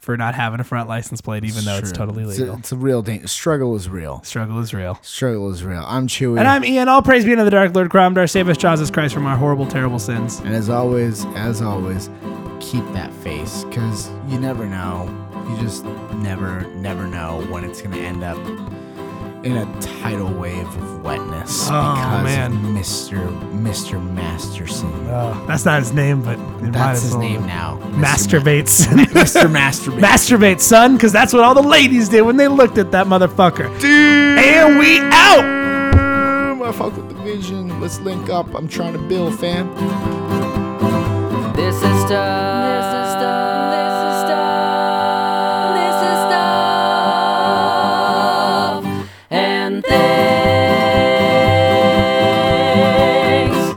for not having a front license plate, even though it's True. totally It's a- legal. it's a real danger. Struggle is real. Struggle is real. Struggle is real. I'm Chewy. And I'm Ian. All praise be unto the Dark Lord Cromdar. Save us, Jesus Christ, from our horrible, terrible sins. and as always, as always, keep that face because you never know. You just never, never know when it's going to end up in a tidal wave of wetness Oh, because man. of Mr. Mr. Masterson. That's not his name, but it might Uh, That's as his well name be. now. Mr. Ma- Masturbates. Mr. Masturbation. Masturbate, son, because that's what all the ladies did when they looked at that motherfucker. Dude. And we out. I fuck with the vision. Let's link up. I'm trying to build, fam. This is stuff. This is stuff. This is stuff. This is stuff. And things.